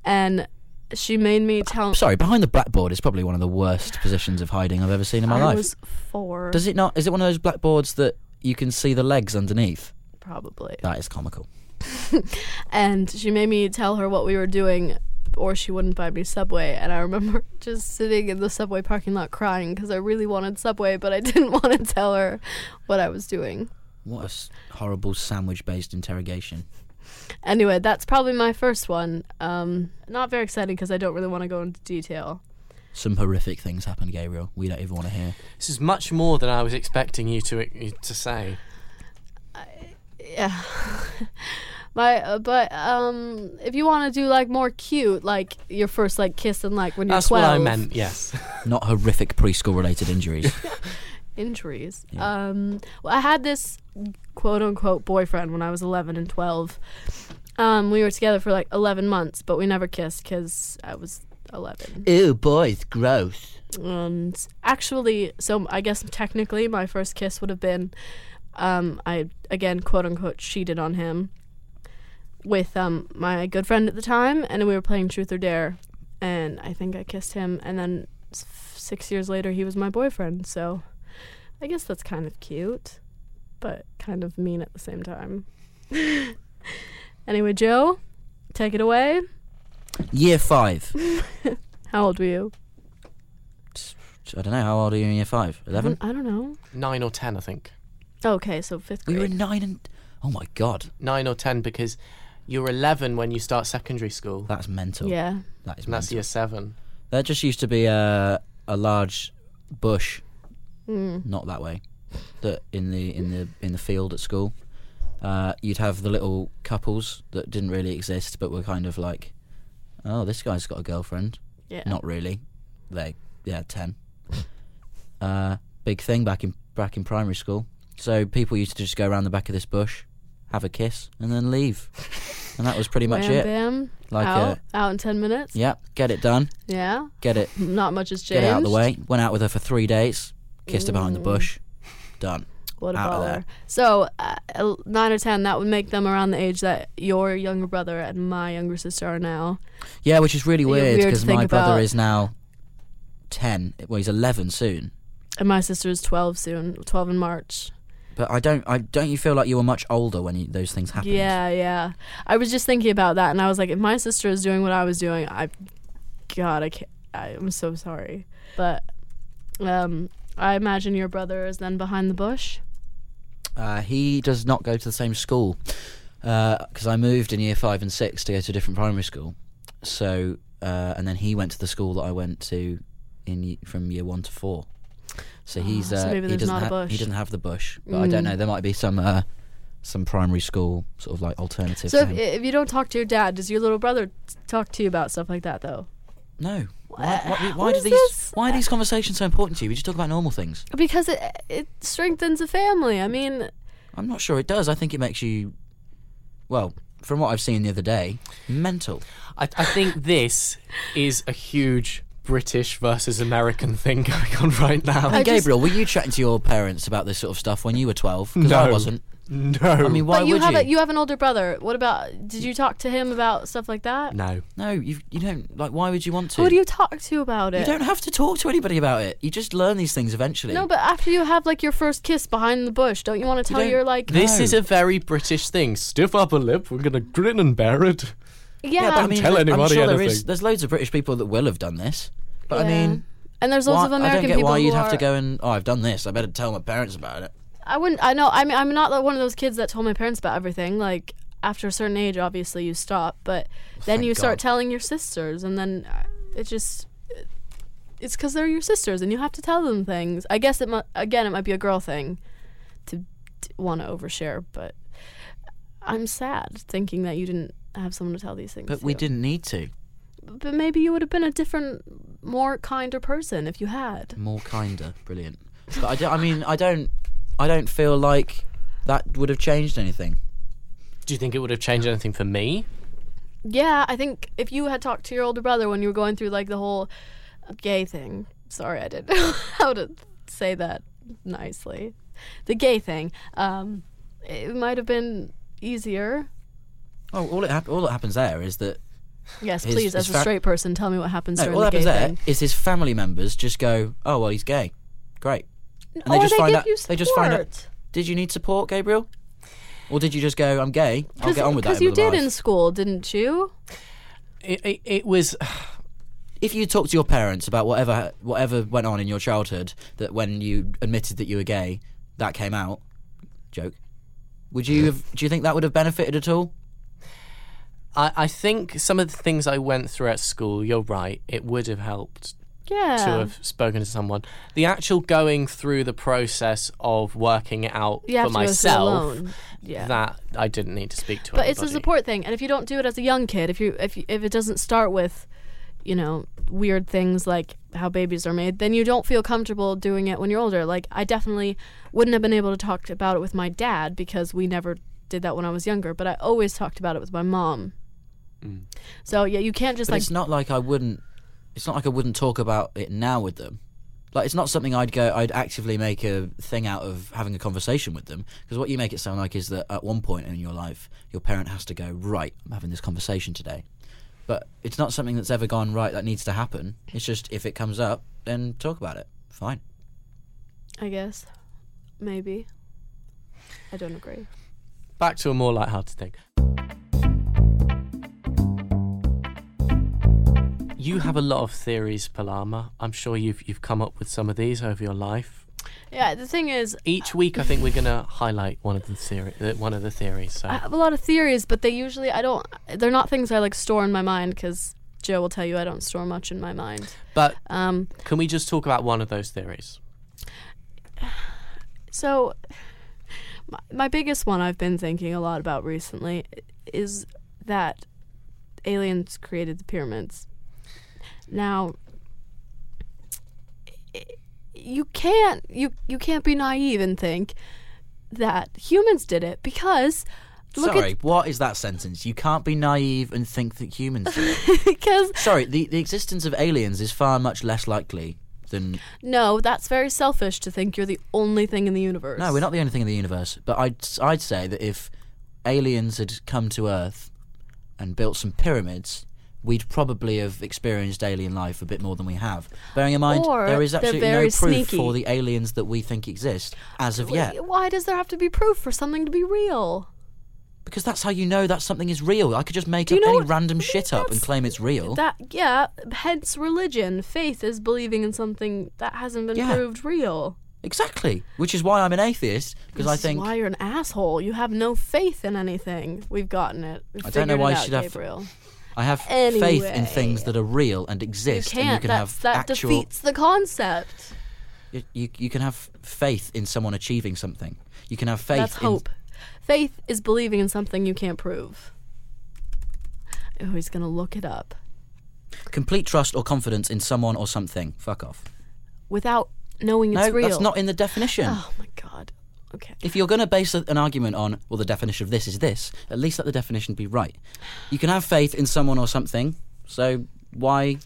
Speaker 1: and she made me tell.
Speaker 2: Sorry, behind the blackboard is probably one of the worst positions of hiding I've ever seen in my
Speaker 1: I
Speaker 2: life.
Speaker 1: was four.
Speaker 2: Does it not? Is it one of those blackboards that you can see the legs underneath?
Speaker 1: probably.
Speaker 2: That is comical.
Speaker 1: and she made me tell her what we were doing or she wouldn't buy me subway and i remember just sitting in the subway parking lot crying because i really wanted subway but i didn't want to tell her what i was doing
Speaker 2: What a s- horrible sandwich-based interrogation.
Speaker 1: anyway that's probably my first one um, not very exciting because i don't really want to go into detail
Speaker 2: Some horrific things happened, Gabriel. We don't even want to hear.
Speaker 3: This is much more than I was expecting you to you to say.
Speaker 1: yeah my uh, but um if you want to do like more cute like your first like kiss and like when you're
Speaker 3: That's
Speaker 1: 12
Speaker 3: what I meant. Yes.
Speaker 2: Not horrific preschool-related injuries.
Speaker 1: injuries.
Speaker 2: Yeah.
Speaker 1: Um, well, I had this quote unquote boyfriend when I was 11 and 12. Um, we were together for like 11 months, but we never kissed because I was 11.
Speaker 2: Ew, boys, gross.
Speaker 1: And actually, so I guess technically my first kiss would have been um, I, again, quote unquote, cheated on him with um, my good friend at the time, and we were playing Truth or Dare, and I think I kissed him, and then s- six years later, he was my boyfriend, so I guess that's kind of cute, but kind of mean at the same time. anyway, Joe, take it away.
Speaker 2: Year five.
Speaker 1: How old were you?
Speaker 2: I don't know how old are you in year five? Eleven.
Speaker 1: I don't know.
Speaker 3: Nine or ten, I think.
Speaker 1: Okay, so fifth
Speaker 2: We
Speaker 1: grade.
Speaker 2: were in nine and. Oh my god,
Speaker 3: Nine or ten because you're 11 when you start secondary school.
Speaker 2: that's mental.
Speaker 1: yeah.
Speaker 2: that is
Speaker 3: And that's
Speaker 2: mental.
Speaker 3: year seven.
Speaker 2: There just used to be a a large bush,
Speaker 1: Mm.
Speaker 2: not that way, that in the in the in the field at school. Uh, you'd have the little couples that didn't really exist, but were kind of like, oh, this guy's got a girlfriend.
Speaker 1: Yeah.
Speaker 2: Not really. They yeah, ten. uh, big thing back in back in primary school. So people used to just go around the back of this bush, have a kiss, and then leave. And that was pretty much
Speaker 1: Wham,
Speaker 2: it.
Speaker 1: Bam.
Speaker 2: Like
Speaker 1: out,
Speaker 2: a
Speaker 1: out in 10 minutes.
Speaker 2: yeah, get it done,
Speaker 1: Yeah.
Speaker 2: get it
Speaker 1: Not much has changed.
Speaker 2: get it out of the way. Went out with her for three days, kissed her behind the bush,
Speaker 1: Mm.
Speaker 2: done.
Speaker 1: What a
Speaker 2: Out of
Speaker 1: baller.
Speaker 2: there.
Speaker 1: So, uh, el- 9 or 10, that would make them around the age that your younger brother and my younger sister are now.
Speaker 2: Yeah, which is really
Speaker 1: Yeah,
Speaker 2: weird
Speaker 1: weird to
Speaker 2: because
Speaker 1: think
Speaker 2: my brother
Speaker 1: about.
Speaker 2: is now ten. Well, he's eleven soon.
Speaker 1: And my sister is 12 soon, 12 in March.
Speaker 2: But I don't. I don't. You feel like you were much older when you, those things happened.
Speaker 1: Yeah, yeah. I was just thinking about that and I was like, if my sister is doing what I was doing, I. God, I can't. I'm so sorry. But, um, I imagine your brother is then behind the bush.
Speaker 2: Uh, he does not go to the same school because I moved in year five and six to go to a different primary school. So uh, and then he went to the school that I went to in ye- from year one to four. So he's
Speaker 1: Ah, so
Speaker 2: uh,
Speaker 1: maybe
Speaker 2: he
Speaker 1: there's
Speaker 2: doesn't
Speaker 1: not a
Speaker 2: ha- he
Speaker 1: bush. Mm.
Speaker 2: doesn't have the bush. But I don't know. There might be some uh, some primary school sort of like alternative.
Speaker 1: So if,
Speaker 2: to him.
Speaker 1: if you don't talk to your dad, does your little brother t- talk to you about stuff like that though?
Speaker 2: no. Why, why, why
Speaker 1: what
Speaker 2: do
Speaker 1: is
Speaker 2: these
Speaker 1: this?
Speaker 2: why are these conversations so important to you? We just talk about normal things.
Speaker 1: Because it it strengthens a family. I mean,
Speaker 2: I'm not sure it does. I think it makes you, well, from what I've seen the other day, mental.
Speaker 3: I, I think this is a huge British versus American thing going on right now.
Speaker 2: And
Speaker 1: just-
Speaker 2: Gabriel, were you chatting to your parents about this sort of stuff when you were 12? Because I
Speaker 3: No.
Speaker 2: wasn't.
Speaker 3: no.
Speaker 2: I mean, why
Speaker 1: but you
Speaker 2: would
Speaker 1: have
Speaker 2: you?
Speaker 1: a, you have an older brother. What about? Did you talk to him about stuff like that?
Speaker 3: no.
Speaker 2: No, you you don't. Like, why would you want to?
Speaker 1: Who do you talk to about it?
Speaker 2: You don't have to talk to anybody about it. You just learn these things eventually.
Speaker 1: no, but after you have like your first kiss behind the bush, don't you want to tell
Speaker 2: don't-
Speaker 1: your like?
Speaker 3: This
Speaker 2: No.
Speaker 3: is a very British thing. Stiff upper lip. We're gonna grin and bear it.
Speaker 1: yeah,
Speaker 2: but I mean,
Speaker 3: tell
Speaker 2: I'm
Speaker 3: anybody
Speaker 2: sure there
Speaker 3: anything.
Speaker 2: is. There's loads of British people that will have done this. But I
Speaker 1: Yeah.
Speaker 2: mean,
Speaker 1: and there's lots
Speaker 2: why-
Speaker 1: of
Speaker 2: I
Speaker 1: American
Speaker 2: don't get
Speaker 1: people
Speaker 2: why
Speaker 1: who
Speaker 2: you'd have to
Speaker 1: are-
Speaker 2: go and oh, I've done this. I better tell my parents about it.
Speaker 1: I wouldn't. I know. I mean, I'm not like one of those kids that told my parents about everything. Like after a certain age, obviously you stop, but then
Speaker 2: Thank
Speaker 1: you start
Speaker 2: God.
Speaker 1: telling your sisters, and then uh, it just it's because they're your sisters, and you have to tell them things. I guess it mu- again, it might be a girl thing to, to want to overshare, but I'm sad thinking that you didn't have someone to tell these things.
Speaker 2: But
Speaker 1: to.
Speaker 2: we didn't need to.
Speaker 1: But maybe you would have been a different, more kinder person if you had.
Speaker 2: more kinder brilliant but I, do, I mean i don't i don't feel like that would have changed anything
Speaker 3: Do you think it would have changed anything for me?
Speaker 1: Yeah, I think if you had talked to your older brother when you were going through like the whole gay thing. Sorry, I didn't know how to say that nicely. The gay thing. Um, it might have been easier.
Speaker 2: oh all it hap- all that happens there is that
Speaker 1: Yes,
Speaker 2: His-
Speaker 1: please,
Speaker 2: his
Speaker 1: as a
Speaker 2: fa-
Speaker 1: straight person, tell me what happens
Speaker 2: No,
Speaker 1: during
Speaker 2: what
Speaker 1: the gay
Speaker 2: happens there is
Speaker 1: thing.
Speaker 2: his family members just go, "Oh well, he's gay. Great." And
Speaker 1: or they
Speaker 2: find
Speaker 1: give
Speaker 2: out.
Speaker 1: you
Speaker 2: They just find out.
Speaker 1: support.
Speaker 2: Did you need support, Gabriel? Or did you just go, "I'm gay. I'll get on with that."
Speaker 1: Because
Speaker 2: in
Speaker 1: you
Speaker 2: my
Speaker 1: did
Speaker 2: life."
Speaker 1: in school, didn't you?
Speaker 3: It, it, it was
Speaker 2: if you talk to your parents about whatever whatever went on in your childhood, that when you admitted that you were gay, that came out. Joke. Would you have? Do you think that would have benefited at all?
Speaker 3: I, I think some of the things I went through at school, you're right, it would have helped
Speaker 1: Yeah.
Speaker 3: to have spoken to someone. The actual going through the process of working it out
Speaker 1: you have
Speaker 3: for
Speaker 1: to
Speaker 3: myself,
Speaker 1: go through it alone. Yeah.
Speaker 3: that I didn't need to speak to
Speaker 1: but
Speaker 3: anybody.
Speaker 1: it's a support thing, and if you don't do it as a young kid, if you if you, if it doesn't start with, you know, weird things like how babies are made, then you don't feel comfortable doing it when you're older. Like I definitely wouldn't have been able to talk about it with my dad because we never did that when I was younger. But I always talked about it with my mom. So yeah, you can't just
Speaker 2: Mm. But
Speaker 1: like
Speaker 2: it's not like I wouldn't. It's not like I wouldn't talk about it now with them. Like it's not something I'd go. I'd actively make a thing out of having a conversation with them because what you make it sound like is that at one point in your life, your parent has to go right. I'm having this conversation today, but it's not something that's ever gone right. That needs to happen. It's just if it comes up, then talk about it. Fine.
Speaker 1: I guess maybe. I don't agree.
Speaker 3: Back to a more lighthearted thing. You have a lot of theories, Palama. I'm sure you've you've come up with some of these over your life.
Speaker 1: Yeah, the thing is,
Speaker 3: Each week, I think we're going to highlight one of the theory, uh, one of the theories. So
Speaker 1: I have a lot of theories, but they usually I don't. They're not things I like store in my mind because Joe will tell you I don't store much in my mind.
Speaker 3: But
Speaker 1: Um,
Speaker 3: can we just talk about one of those theories?
Speaker 1: so my, my biggest one I've been thinking a lot about recently is that aliens created the pyramids. Now, you can't you you can't be naive and think that humans did it because look
Speaker 2: Sorry. What is that sentence? You can't be naive and think that humans. do it.
Speaker 1: at because
Speaker 2: Sorry. The the existence of aliens is far much less likely than
Speaker 1: No, that's very selfish to think you're the only thing in the universe.
Speaker 2: No, we're not the only thing in the universe. But I'd I'd say that if aliens had come to Earth and built some pyramids, we'd probably have experienced alien life a bit more than we have. Bearing in mind,
Speaker 1: Or
Speaker 2: there is
Speaker 1: they're
Speaker 2: absolutely no
Speaker 1: very
Speaker 2: proof
Speaker 1: sneaky.
Speaker 2: for the aliens that we think exist as of yet,
Speaker 1: Why does there have to be proof for something to be real?
Speaker 2: because that's how you know that something is real. I could just make
Speaker 1: Do
Speaker 2: up
Speaker 1: you know
Speaker 2: any
Speaker 1: what-
Speaker 2: random shit up and
Speaker 1: that's-
Speaker 2: claim it's real.
Speaker 1: That yeah, hence religion. Faith is believing in something that hasn't been
Speaker 2: Yeah.
Speaker 1: proved real.
Speaker 2: exactly, which is why I'm an atheist because I
Speaker 1: This is
Speaker 2: think
Speaker 1: why you're an asshole. You have no faith in anything. We've gotten it. We've
Speaker 2: I don't know
Speaker 1: figured it
Speaker 2: why you
Speaker 1: out,
Speaker 2: should have-
Speaker 1: Gabriel.
Speaker 2: I have faith in things
Speaker 1: Anyway.
Speaker 2: that are real and
Speaker 1: You
Speaker 2: exist, and you
Speaker 1: can't.
Speaker 2: can
Speaker 1: that's,
Speaker 2: have
Speaker 1: that
Speaker 2: actual
Speaker 1: defeats the concept.
Speaker 2: you, you, you can have faith in someone achieving something. You can have faith.
Speaker 1: that's
Speaker 2: in-
Speaker 1: hope. Faith is believing in something you can't prove. Oh, he's gonna look it up.
Speaker 2: complete trust or confidence in someone or something. Fuck off.
Speaker 1: without knowing it's
Speaker 2: no,
Speaker 1: real.
Speaker 2: that's not in the definition.
Speaker 1: Oh my god. Okay.
Speaker 2: If you're going to base a- an argument on, well, the definition of this is this, at least let the definition be right. You can have faith in someone or something. So why?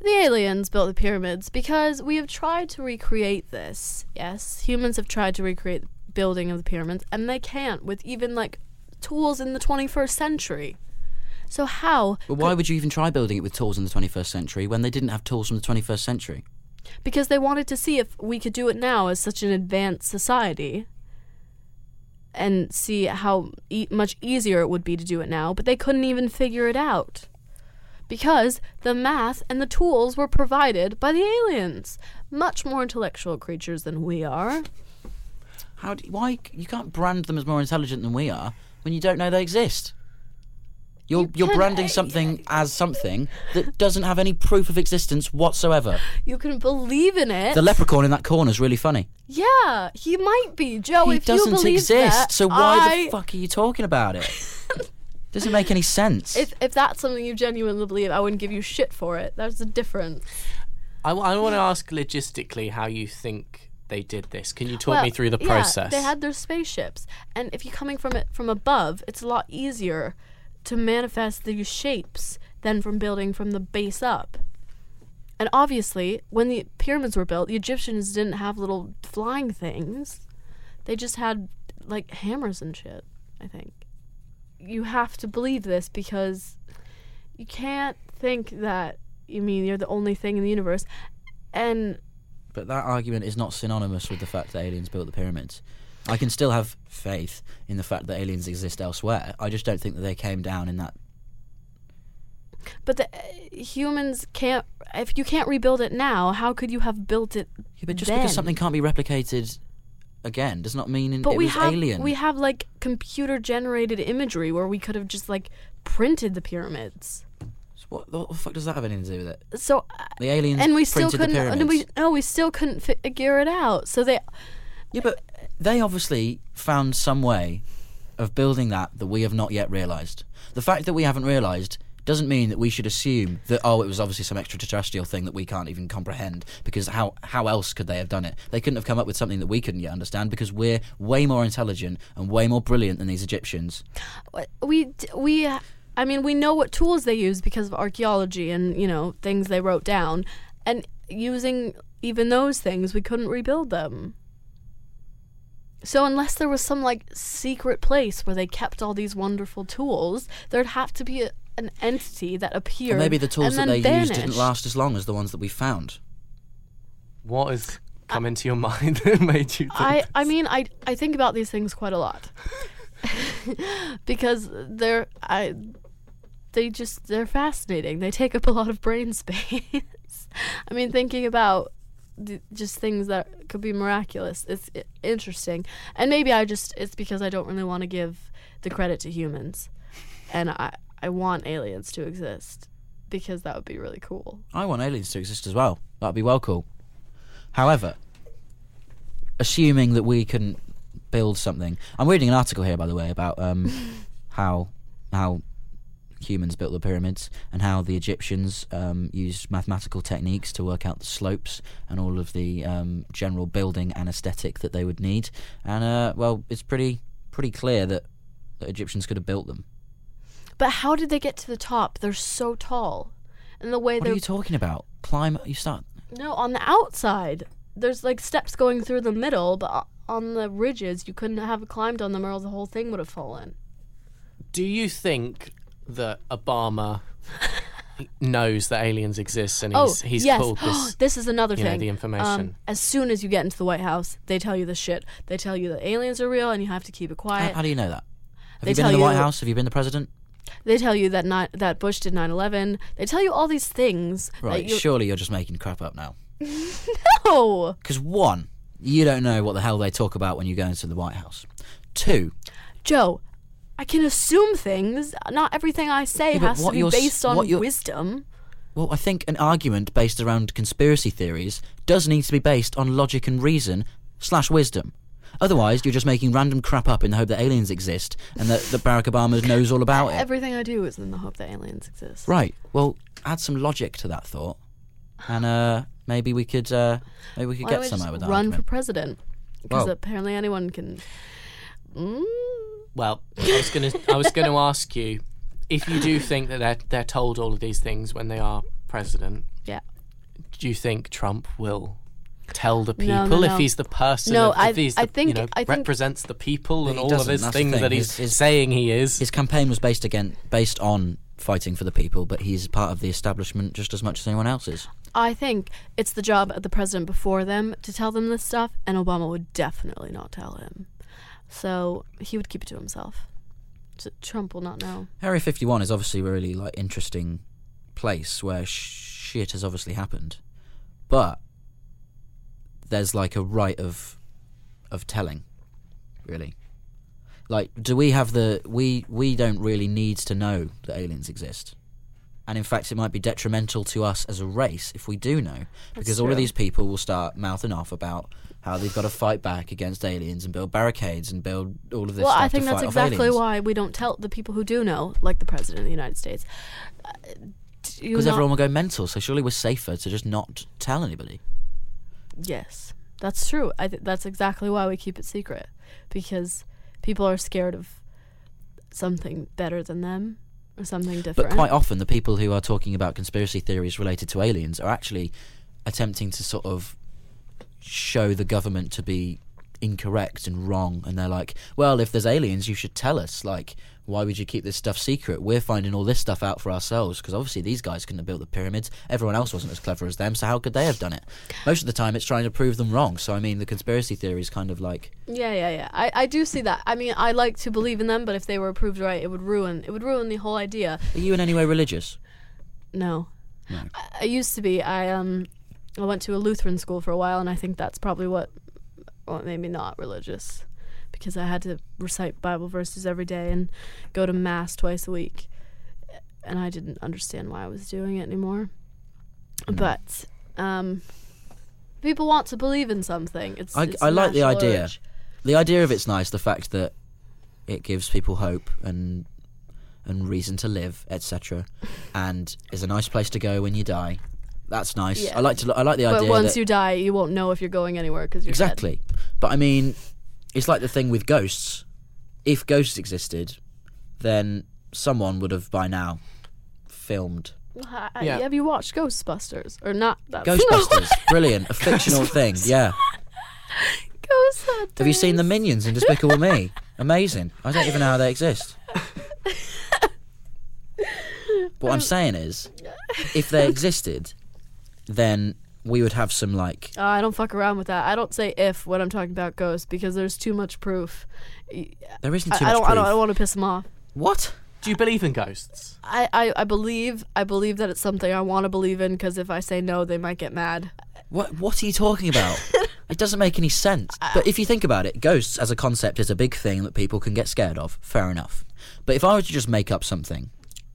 Speaker 1: The aliens built the pyramids because we have tried to recreate this. Yes, humans have tried to recreate the building of the pyramids and they can't with even like tools in the 21st century. So how?
Speaker 2: But why would you even try building it with tools in the 21st century when they didn't have tools from the 21st century?
Speaker 1: Because they wanted to see if we could do it now as such an advanced society and see how e- much easier it would be to do it now, but they couldn't even figure it out. Because the math and the tools were provided by the aliens, much more intellectual creatures than we are.
Speaker 2: How? Do, why you can't brand them as more intelligent than we are when you don't know they exist? You're, you are you are
Speaker 1: can-
Speaker 2: branding something as something that doesn't have any proof of existence whatsoever.
Speaker 1: You can believe in it.
Speaker 2: The leprechaun in that corner is really funny.
Speaker 1: yeah, he might be Joe.
Speaker 2: he
Speaker 1: if you
Speaker 2: doesn't
Speaker 1: believe
Speaker 2: exist,
Speaker 1: that,
Speaker 2: so why
Speaker 1: I-
Speaker 2: the fuck are you talking about it? doesn't make any sense.
Speaker 1: If if that's something you genuinely believe, I wouldn't give you shit for it. There's a difference.
Speaker 3: I, want to ask logistically how you think they did this. Can you talk
Speaker 1: Well,
Speaker 3: me through the
Speaker 1: yeah,
Speaker 3: process?
Speaker 1: they had their spaceships, and if you're coming from it from above, it's a lot easier to manifest these shapes than from building from the base up. And obviously, when the pyramids were built, the Egyptians didn't have little flying things; they just had like hammers and shit. I think you have to believe this because you can't think that you mean you're the only thing in the universe. And
Speaker 2: But that argument is not synonymous with the fact that aliens built the pyramids. I can still have faith in the fact that aliens exist elsewhere. I just don't think that they came down in that.
Speaker 1: but the, humans can't. If you can't rebuild it now, how could you have built it?
Speaker 2: Yeah, but just
Speaker 1: then?
Speaker 2: because something can't be replicated again does not mean
Speaker 1: But
Speaker 2: Mm, it
Speaker 1: we
Speaker 2: was
Speaker 1: have
Speaker 2: alien.
Speaker 1: we have like computer generated imagery where we could have just like printed the pyramids.
Speaker 2: So what, what the fuck does that have anything to do with it?
Speaker 1: So uh,
Speaker 2: The aliens
Speaker 1: and we still
Speaker 2: printed the
Speaker 1: couldn't. and we
Speaker 2: pyramids.
Speaker 1: no, we still couldn't figure it out. So they
Speaker 2: Yeah, but they obviously found some way of building that that we have not yet realised. The fact that we haven't realised doesn't mean that we should assume that oh it was obviously some extraterrestrial thing that we can't even comprehend because how how else could they have done it they couldn't have come up with something that we couldn't yet understand because we're way more intelligent and way more brilliant than these Egyptians
Speaker 1: we d- we I mean we know what tools they use because of archaeology and you know things they wrote down and using even those things we couldn't rebuild them. So unless there was some like secret place where they kept all these wonderful tools, there'd have to be a, an entity that appeared
Speaker 2: or maybe the tools
Speaker 1: and
Speaker 2: that
Speaker 1: then
Speaker 2: they
Speaker 1: vanished.
Speaker 2: used didn't last as long as the ones that we found
Speaker 3: What has come into your mind that made you think?
Speaker 1: I, I mean I, I think about these things quite a lot because they're I they just they're fascinating. They take up a lot of brain space. I mean thinking about th- just things that could be miraculous. It's i- interesting. And maybe I just it's because I don't really want to give the credit to humans. And I I want aliens to exist because that would be really cool.
Speaker 2: I want aliens to exist as well. That'd be well cool. However, assuming that we couldn't build something, I'm reading an article here, by the way, about um, how how humans built the pyramids and how the Egyptians um, used mathematical techniques to work out the slopes and all of the um, general building and aesthetic that they would need. And uh, well, it's pretty pretty clear that the Egyptians could have built them.
Speaker 1: But how did they get to the top? They're so tall. And the way
Speaker 2: What
Speaker 1: they're
Speaker 2: are you talking about? Climb? You start
Speaker 1: No, on the outside. There's like steps going through the middle, but o- on the ridges, you couldn't have climbed on them or else the whole thing would have fallen.
Speaker 3: Do you think that Obama knows that aliens exist and he's,
Speaker 1: oh,
Speaker 3: he's
Speaker 1: yes.
Speaker 3: called this?
Speaker 1: this is another
Speaker 3: you know,
Speaker 1: thing. Um,
Speaker 3: the information.
Speaker 1: as soon as you get into the White House, they tell you the shit. They tell you that aliens are real and you have to keep it
Speaker 2: How,
Speaker 1: quiet.
Speaker 2: how do you know that? Have
Speaker 1: They
Speaker 2: you been
Speaker 1: tell
Speaker 2: in the White
Speaker 1: you-
Speaker 2: House? Have you been the president?
Speaker 1: they tell you that not, that Bush did 9/11. They tell you all these things. that
Speaker 2: Right,
Speaker 1: you-
Speaker 2: surely you're just making crap up now.
Speaker 1: No.
Speaker 2: Because one, you don't know what the hell they talk about when you go into the White House. Two,
Speaker 1: Joe, I can assume things. Not everything I say
Speaker 2: Yeah, but
Speaker 1: has to
Speaker 2: what
Speaker 1: be
Speaker 2: you're s-
Speaker 1: based on
Speaker 2: what you're-
Speaker 1: wisdom.
Speaker 2: well, I think an argument based around conspiracy theories does need to be based on logic and reason slash wisdom. Otherwise, you're just making random crap up in the hope that aliens exist and that, that Barack Obama knows all about it.
Speaker 1: Everything I do is in the hope that aliens exist.
Speaker 2: Right. Well, add some logic to that thought, and uh, maybe we could uh, maybe we could
Speaker 1: Why
Speaker 2: get
Speaker 1: don't we
Speaker 2: somewhere
Speaker 1: just
Speaker 2: with that
Speaker 1: run
Speaker 2: argument.
Speaker 1: for president? Because
Speaker 2: Well-
Speaker 1: apparently anyone can. Mm,
Speaker 3: Well, I was gonna I was gonna ask you if you do think that they're they're told all of these things when they are president.
Speaker 1: yeah.
Speaker 3: Do you think Trump will tell the people
Speaker 1: No, no, no.
Speaker 3: if he's the person?
Speaker 1: No,
Speaker 3: of-
Speaker 1: I-
Speaker 3: if he's
Speaker 1: I
Speaker 3: the,
Speaker 1: think-
Speaker 3: you know,
Speaker 1: I think-
Speaker 3: represents the people and
Speaker 2: He
Speaker 3: all of
Speaker 2: doesn't,
Speaker 3: his
Speaker 2: that's the
Speaker 3: things
Speaker 2: thing.
Speaker 3: that
Speaker 2: His-
Speaker 3: he's
Speaker 2: his-
Speaker 3: saying he is.
Speaker 2: His campaign was based again based on fighting for the people, but he's part of the establishment just as much as anyone else is.
Speaker 1: I think it's the job of the president before them to tell them this stuff, and Obama would definitely not tell him. So he would keep it to himself. So Trump will not know.
Speaker 2: Area 51 is obviously a really like interesting place where sh- shit has obviously happened, but there's like a right of of telling, really. Like, do we have the we we don't really need to know that aliens exist, and in fact, it might be detrimental to us as a race if we do know, because all of
Speaker 1: true.
Speaker 2: these people will start mouthing off about how they've got to fight back against aliens and build barricades and build all of this.
Speaker 1: Well,
Speaker 2: stuff
Speaker 1: I think
Speaker 2: to
Speaker 1: that's
Speaker 2: fight off
Speaker 1: exactly
Speaker 2: aliens.
Speaker 1: why we don't tell the people who do know, like the president of the United States. Uh, do you
Speaker 2: Because
Speaker 1: not-
Speaker 2: everyone will go mental, so surely we're safer to just not tell anybody.
Speaker 1: Yes, that's true. I th- that's exactly why we keep it secret, because people are scared of something better than them or something
Speaker 2: But
Speaker 1: different.
Speaker 2: quite often, the people who are talking about conspiracy theories related to aliens are actually attempting to sort of show the government to be incorrect and wrong, and they're like, well, if there's aliens, you should tell us. Like, why would you keep this stuff secret? We're finding all this stuff out for ourselves because obviously these guys couldn't have built the pyramids. Everyone else wasn't as clever as them, so how could they have done it? Most of the time, it's trying to prove them wrong. So I mean, the conspiracy theory is kind of like
Speaker 1: Yeah, yeah, yeah. I, I do see that. I mean, I like to believe in them, but if they were proved right, it would ruin it would ruin the whole idea.
Speaker 2: Are you in any way religious?
Speaker 1: No. I, I used to be. I um I went to a Lutheran school for a while and I think that's probably what what made me not religious because I had to recite Bible verses every day and go to mass twice a week. And I didn't understand why I was doing it anymore.
Speaker 2: Mm.
Speaker 1: But um people want to believe in something. It's
Speaker 2: I,
Speaker 1: it's
Speaker 2: I
Speaker 1: a
Speaker 2: like the
Speaker 1: national
Speaker 2: idea.
Speaker 1: urge.
Speaker 2: The idea of it's nice. The fact that it gives people hope and and reason to live, etc. And is a nice place to go when you die. That's nice.
Speaker 1: Yeah.
Speaker 2: I like to. I like the
Speaker 1: But
Speaker 2: idea.
Speaker 1: once
Speaker 2: that,
Speaker 1: you die, you won't know if you're going anywhere because you're dead.
Speaker 2: exactly. But I mean, it's like the thing with ghosts. If ghosts existed, then someone would have by now filmed
Speaker 1: Ha-
Speaker 3: Yeah.
Speaker 1: Have you watched Ghostbusters or not? That's
Speaker 2: Ghostbusters. Brilliant, a fictional thing. Yeah.
Speaker 1: Ghostbusters.
Speaker 2: Have you seen the Minions in Despicable Me? Amazing. I don't even know how they exist. But what I'm saying is, if they existed, then we would have some like.
Speaker 1: Uh, I don't fuck around with that. I don't say if when I'm talking about ghosts because there's too much proof.
Speaker 2: There isn't
Speaker 1: I,
Speaker 2: too
Speaker 1: I
Speaker 2: much
Speaker 1: don't. I don't.
Speaker 2: proof.
Speaker 1: I don't want to piss them off.
Speaker 2: What?
Speaker 3: Do you believe in ghosts?
Speaker 1: I, I, I believe I believe that it's something I want to believe in because if I say no, they might get mad.
Speaker 2: What? What are you talking about? it doesn't make any sense. But if you think about it, ghosts as a concept is a big thing that people can get scared of. Fair enough. But if I were to just make up something,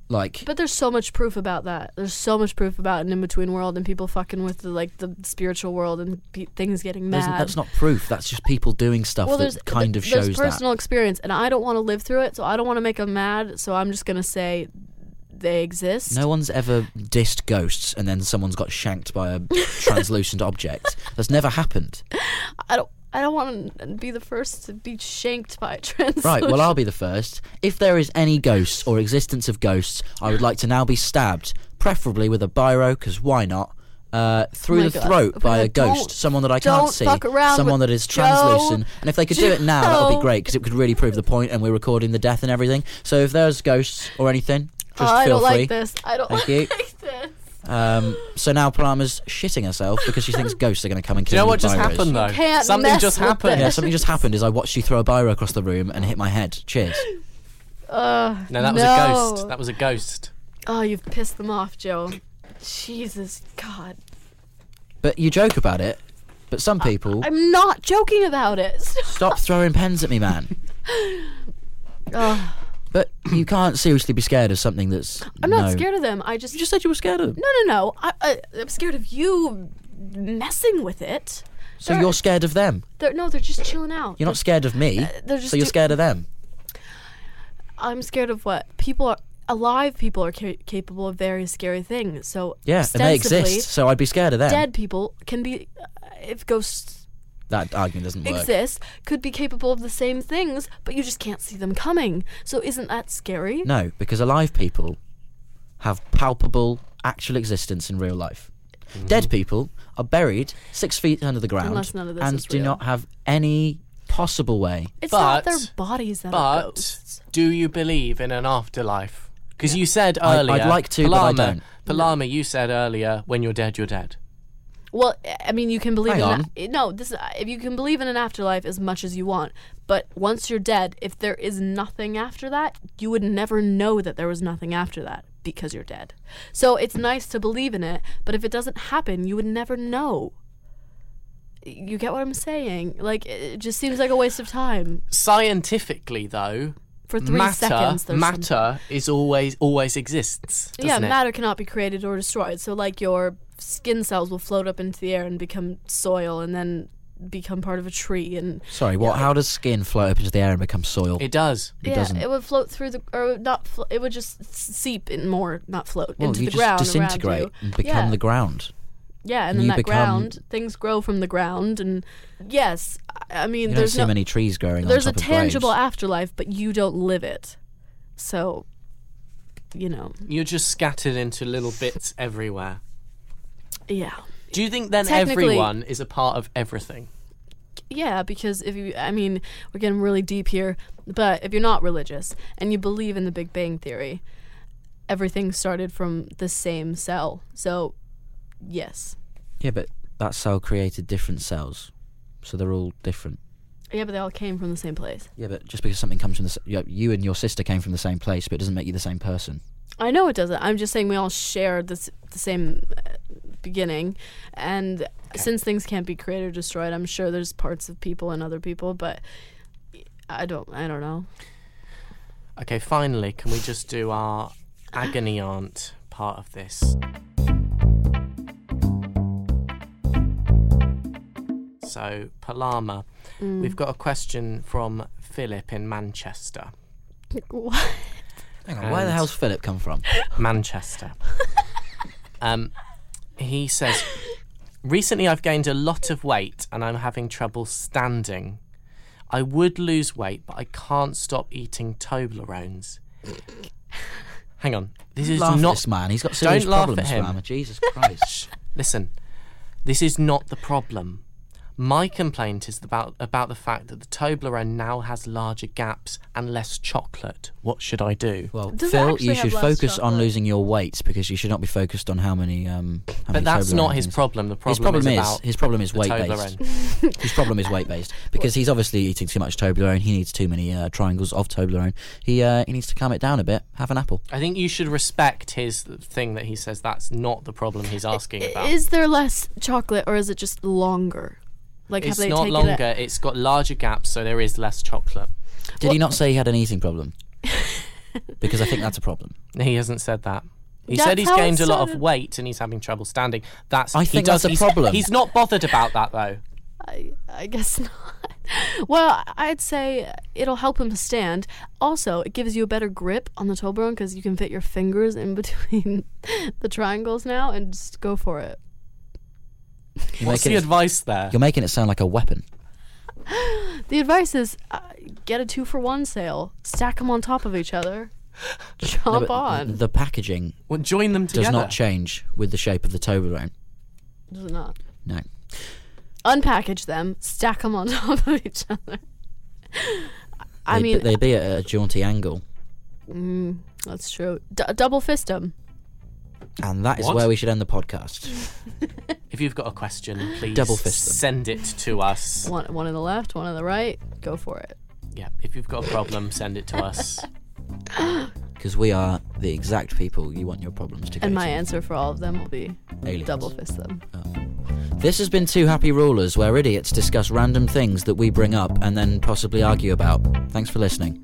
Speaker 2: like
Speaker 1: But there's so much proof about that. There's so much proof about an in between world and people fucking with the, like the spiritual world and pe- things getting
Speaker 2: there's-
Speaker 1: mad.
Speaker 2: that's not proof. That's just people doing stuff
Speaker 1: well, there's
Speaker 2: that kind of
Speaker 1: th-
Speaker 2: shows
Speaker 1: there's
Speaker 2: that.
Speaker 1: personal experience, and I don't want to live through it, so I don't want to make them mad. So I'm just gonna say they exist.
Speaker 2: No one's ever dissed ghosts and then someone's got shanked by a translucent object. That's never happened.
Speaker 1: I don't. I don't want to be the first to be shanked by a trans.
Speaker 2: Right, well, I'll be the first. If there is any ghosts or existence of ghosts, I would like to now be stabbed, preferably with a biro, because why not? Uh, through
Speaker 1: my
Speaker 2: the
Speaker 1: God.
Speaker 2: throat
Speaker 1: Oh my
Speaker 2: by a
Speaker 1: God,
Speaker 2: ghost,
Speaker 1: don't-
Speaker 2: someone that I can't
Speaker 1: don't
Speaker 2: see,
Speaker 1: fuck around
Speaker 2: someone
Speaker 1: with
Speaker 2: that is translucent.
Speaker 1: Joe.
Speaker 2: and if they could do it now, that would be
Speaker 1: Joe.
Speaker 2: great because it could really prove the point. And we're recording the death and everything. So if there's ghosts or anything, just
Speaker 1: I
Speaker 2: feel
Speaker 1: don't
Speaker 2: free.
Speaker 1: like this. I don't
Speaker 2: Thank
Speaker 1: like
Speaker 2: you.
Speaker 1: this.
Speaker 2: Um, so now Palmer's shitting herself because she thinks ghosts are going to come and
Speaker 3: Do
Speaker 2: kill
Speaker 3: you know
Speaker 2: her
Speaker 3: what
Speaker 2: with
Speaker 3: just
Speaker 2: biros.
Speaker 3: happened though?
Speaker 1: can't
Speaker 3: Something
Speaker 1: mess
Speaker 3: just
Speaker 1: with
Speaker 3: happened.
Speaker 2: Yeah, something just happened. Is I watched you throw a biro across the room and hit my head. Cheers.
Speaker 1: Uh,
Speaker 3: No, that was a ghost. That was a ghost.
Speaker 1: Oh, you've pissed them off, Joe. Jesus God,
Speaker 2: But you joke about it. But some people
Speaker 1: I'm not joking about it.
Speaker 2: stop throwing pens at me, man.
Speaker 1: Ugh.
Speaker 2: But you can't seriously be scared of something that's.
Speaker 1: Oh. I'm not
Speaker 2: no.
Speaker 1: scared of them. I just
Speaker 2: You just said you were scared of. them.
Speaker 1: no, no, no. I, I, I'm scared of you messing with it.
Speaker 2: so
Speaker 1: they're-
Speaker 2: you're scared of them.
Speaker 1: They're, no, they're just chilling out.
Speaker 2: You're not scared of me.
Speaker 1: Uh, they're just
Speaker 2: so you're
Speaker 1: do-
Speaker 2: scared of them.
Speaker 1: I'm scared of what people are. Alive people are ca- capable of very scary things. So
Speaker 2: Yeah, and they
Speaker 1: ostensibly,
Speaker 2: exist. So I'd be scared of them.
Speaker 1: Dead people can be, uh, if ghosts
Speaker 2: That argument doesn't work.
Speaker 1: exist could be capable of the same things, but you just can't see them coming. So isn't that scary?
Speaker 2: No, because alive people have palpable, actual existence in real life.
Speaker 3: Mm-hmm.
Speaker 2: Dead people are buried six feet under the ground
Speaker 1: Unless none of this
Speaker 2: and
Speaker 1: is
Speaker 2: do
Speaker 1: real.
Speaker 2: not have any possible way.
Speaker 1: It's not
Speaker 3: But-
Speaker 1: their bodies that are ghosts.
Speaker 3: But do you believe in an afterlife? Because you said
Speaker 2: I-
Speaker 3: earlier,
Speaker 2: I'd like to, but I
Speaker 3: Palama-
Speaker 2: don't.
Speaker 3: Palama, you said earlier, when you're dead, you're dead.
Speaker 1: Well, I- I mean, you can believe
Speaker 2: Hang
Speaker 1: in
Speaker 2: on.
Speaker 1: that. No, this is- if you can believe in an afterlife as much as you want, but once you're dead, if there is nothing after that, you would never know that there was nothing after that because you're dead. So it's nice to believe in it, but if it doesn't happen, you would never know. You get what I'm saying? Like it it just seems like a waste of time
Speaker 3: Scientifically, though,
Speaker 1: for three
Speaker 3: matter
Speaker 1: seconds. there's
Speaker 3: matter
Speaker 1: something.
Speaker 3: is always always exists. Doesn't
Speaker 1: yeah,
Speaker 3: it?
Speaker 1: matter cannot be created or destroyed. So, like, your skin cells will float up into the air and become soil and then become part of a tree. And
Speaker 2: Sorry, what? How does skin float up into the air and become soil?
Speaker 3: It does.
Speaker 1: yeah,
Speaker 2: doesn't.
Speaker 1: it would float through the, or not, flo- it would just s- seep in more, not float,
Speaker 2: well,
Speaker 1: into
Speaker 2: you
Speaker 1: the
Speaker 2: just
Speaker 1: ground. around
Speaker 2: disintegrate
Speaker 1: you.
Speaker 2: and become
Speaker 1: yeah.
Speaker 2: the ground.
Speaker 1: Yeah,
Speaker 2: and
Speaker 1: and then
Speaker 2: you
Speaker 1: that
Speaker 2: become-
Speaker 1: ground, things grow from the ground. And yes, I I mean,
Speaker 2: You don't
Speaker 1: there's
Speaker 2: see
Speaker 1: no,
Speaker 2: many trees growing
Speaker 1: there's
Speaker 2: on
Speaker 1: a
Speaker 2: top of
Speaker 1: tangible
Speaker 2: graves.
Speaker 1: afterlife, but you don't live it. So, you know,
Speaker 3: You're just scattered into little bits everywhere.
Speaker 1: yeah.
Speaker 3: Do you think then
Speaker 1: Technically-
Speaker 3: everyone is a part of everything?
Speaker 1: yeah, because if you, I mean, we're getting really deep here, but if you're not religious and you believe in the Big Bang Theory, everything started from the same cell. So, yes.
Speaker 2: Yeah, but that cell created different cells, so they're all different.
Speaker 1: Yeah, but they all came from the same place.
Speaker 2: Yeah, but just because something comes from the s- you, you and your sister came from the same place, but it doesn't make you the same person.
Speaker 1: I know it doesn't. I'm just saying we all share this, the same uh, beginning. And since things can't be created or destroyed, I'm sure there's parts of people and other people, but I don't, I don't know.
Speaker 3: Okay, finally, can we just do our agony aunt part of this? So, Palama, we've got a question from Philip in Manchester.
Speaker 1: What?
Speaker 2: Hang on, where the
Speaker 3: And-
Speaker 2: hell's Philip come from?
Speaker 3: Manchester. um, he says, Recently I've gained a lot of weight and I'm having trouble standing. I would lose weight, but I can't stop eating Toblerones. Hang on. This is
Speaker 2: laugh at
Speaker 3: not.
Speaker 2: this man. He's got serious
Speaker 3: Don't laugh at
Speaker 2: problems,
Speaker 3: him.
Speaker 2: man. Jesus Christ.
Speaker 3: Listen, this is not the problem. My complaint is about, about the fact that the Toblerone now has larger gaps and less chocolate. What should I do?
Speaker 2: Well,
Speaker 1: Does it
Speaker 2: Phil,
Speaker 1: actually
Speaker 2: you
Speaker 1: have
Speaker 2: should
Speaker 1: less
Speaker 2: focus on
Speaker 1: chocolate?
Speaker 2: losing your weight because you should not be focused on how many. Um, how
Speaker 3: but
Speaker 2: many
Speaker 3: that's
Speaker 2: Toblerone
Speaker 3: not his
Speaker 2: things.
Speaker 3: problem. The problem,
Speaker 2: His problem
Speaker 3: is,
Speaker 2: is,
Speaker 3: about
Speaker 2: his problem is
Speaker 3: the
Speaker 2: weight
Speaker 3: Toblerone.
Speaker 2: based. His problem is weight based because he's obviously eating too much Toblerone. He needs too many uh, triangles of Toblerone. He uh, he needs to calm it down a bit. Have an apple.
Speaker 3: I think you should respect his thing that he says that's not the problem he's asking about.
Speaker 1: Is there less chocolate or is it just longer? Like, have
Speaker 3: it's
Speaker 1: they
Speaker 3: not
Speaker 1: taken
Speaker 3: longer,
Speaker 1: It?
Speaker 3: it? has got larger gaps, so there is less chocolate.
Speaker 2: Did he not say he had an eating problem? because I think that's a problem.
Speaker 3: He hasn't said that. He
Speaker 1: That's
Speaker 3: said he's
Speaker 1: how it
Speaker 3: gained a lot of
Speaker 1: started.
Speaker 3: weight and he's having trouble standing. That's
Speaker 2: I
Speaker 3: he
Speaker 2: think
Speaker 3: does-
Speaker 2: that's a
Speaker 3: he's-
Speaker 2: problem.
Speaker 3: He's not bothered about that though.
Speaker 1: I, I guess not. Well, I'd say it'll help him to stand. Also, it gives you a better grip on the Toblerone because you can fit your fingers in between the triangles now and just go for it.
Speaker 2: You're
Speaker 3: What's
Speaker 2: making
Speaker 3: the
Speaker 2: it-
Speaker 3: advice there?
Speaker 2: You're making it sound like a weapon.
Speaker 1: The advice is uh, get a two for one sale, stack them on top of each other,
Speaker 2: No,
Speaker 1: chomp
Speaker 2: but
Speaker 1: on.
Speaker 2: The packaging
Speaker 3: Well, join them
Speaker 2: does
Speaker 3: together.
Speaker 2: not change with the shape of the Toblerone.
Speaker 1: Does it not?
Speaker 2: No.
Speaker 1: Unpackage them, stack them on top of each other. I
Speaker 2: They'd be-
Speaker 1: mean, mm,
Speaker 2: they'd be at a jaunty angle.
Speaker 1: that's true. D- double fist them.
Speaker 2: And that is
Speaker 3: What?
Speaker 2: where we should end the podcast.
Speaker 3: If you've got a question, please
Speaker 2: Double fist them.
Speaker 3: send it to us.
Speaker 1: One, one on the left, one on the right. Go for it.
Speaker 3: Yeah, if you've got a problem, send it to us.
Speaker 2: Because we are the exact people you want your problems to go
Speaker 1: And my
Speaker 2: to.
Speaker 1: answer for all of them will be
Speaker 2: Aliens.
Speaker 1: double fist them.
Speaker 2: This has been Two Happy Rulers, where idiots discuss random things that we bring up and then possibly argue about. Thanks for listening.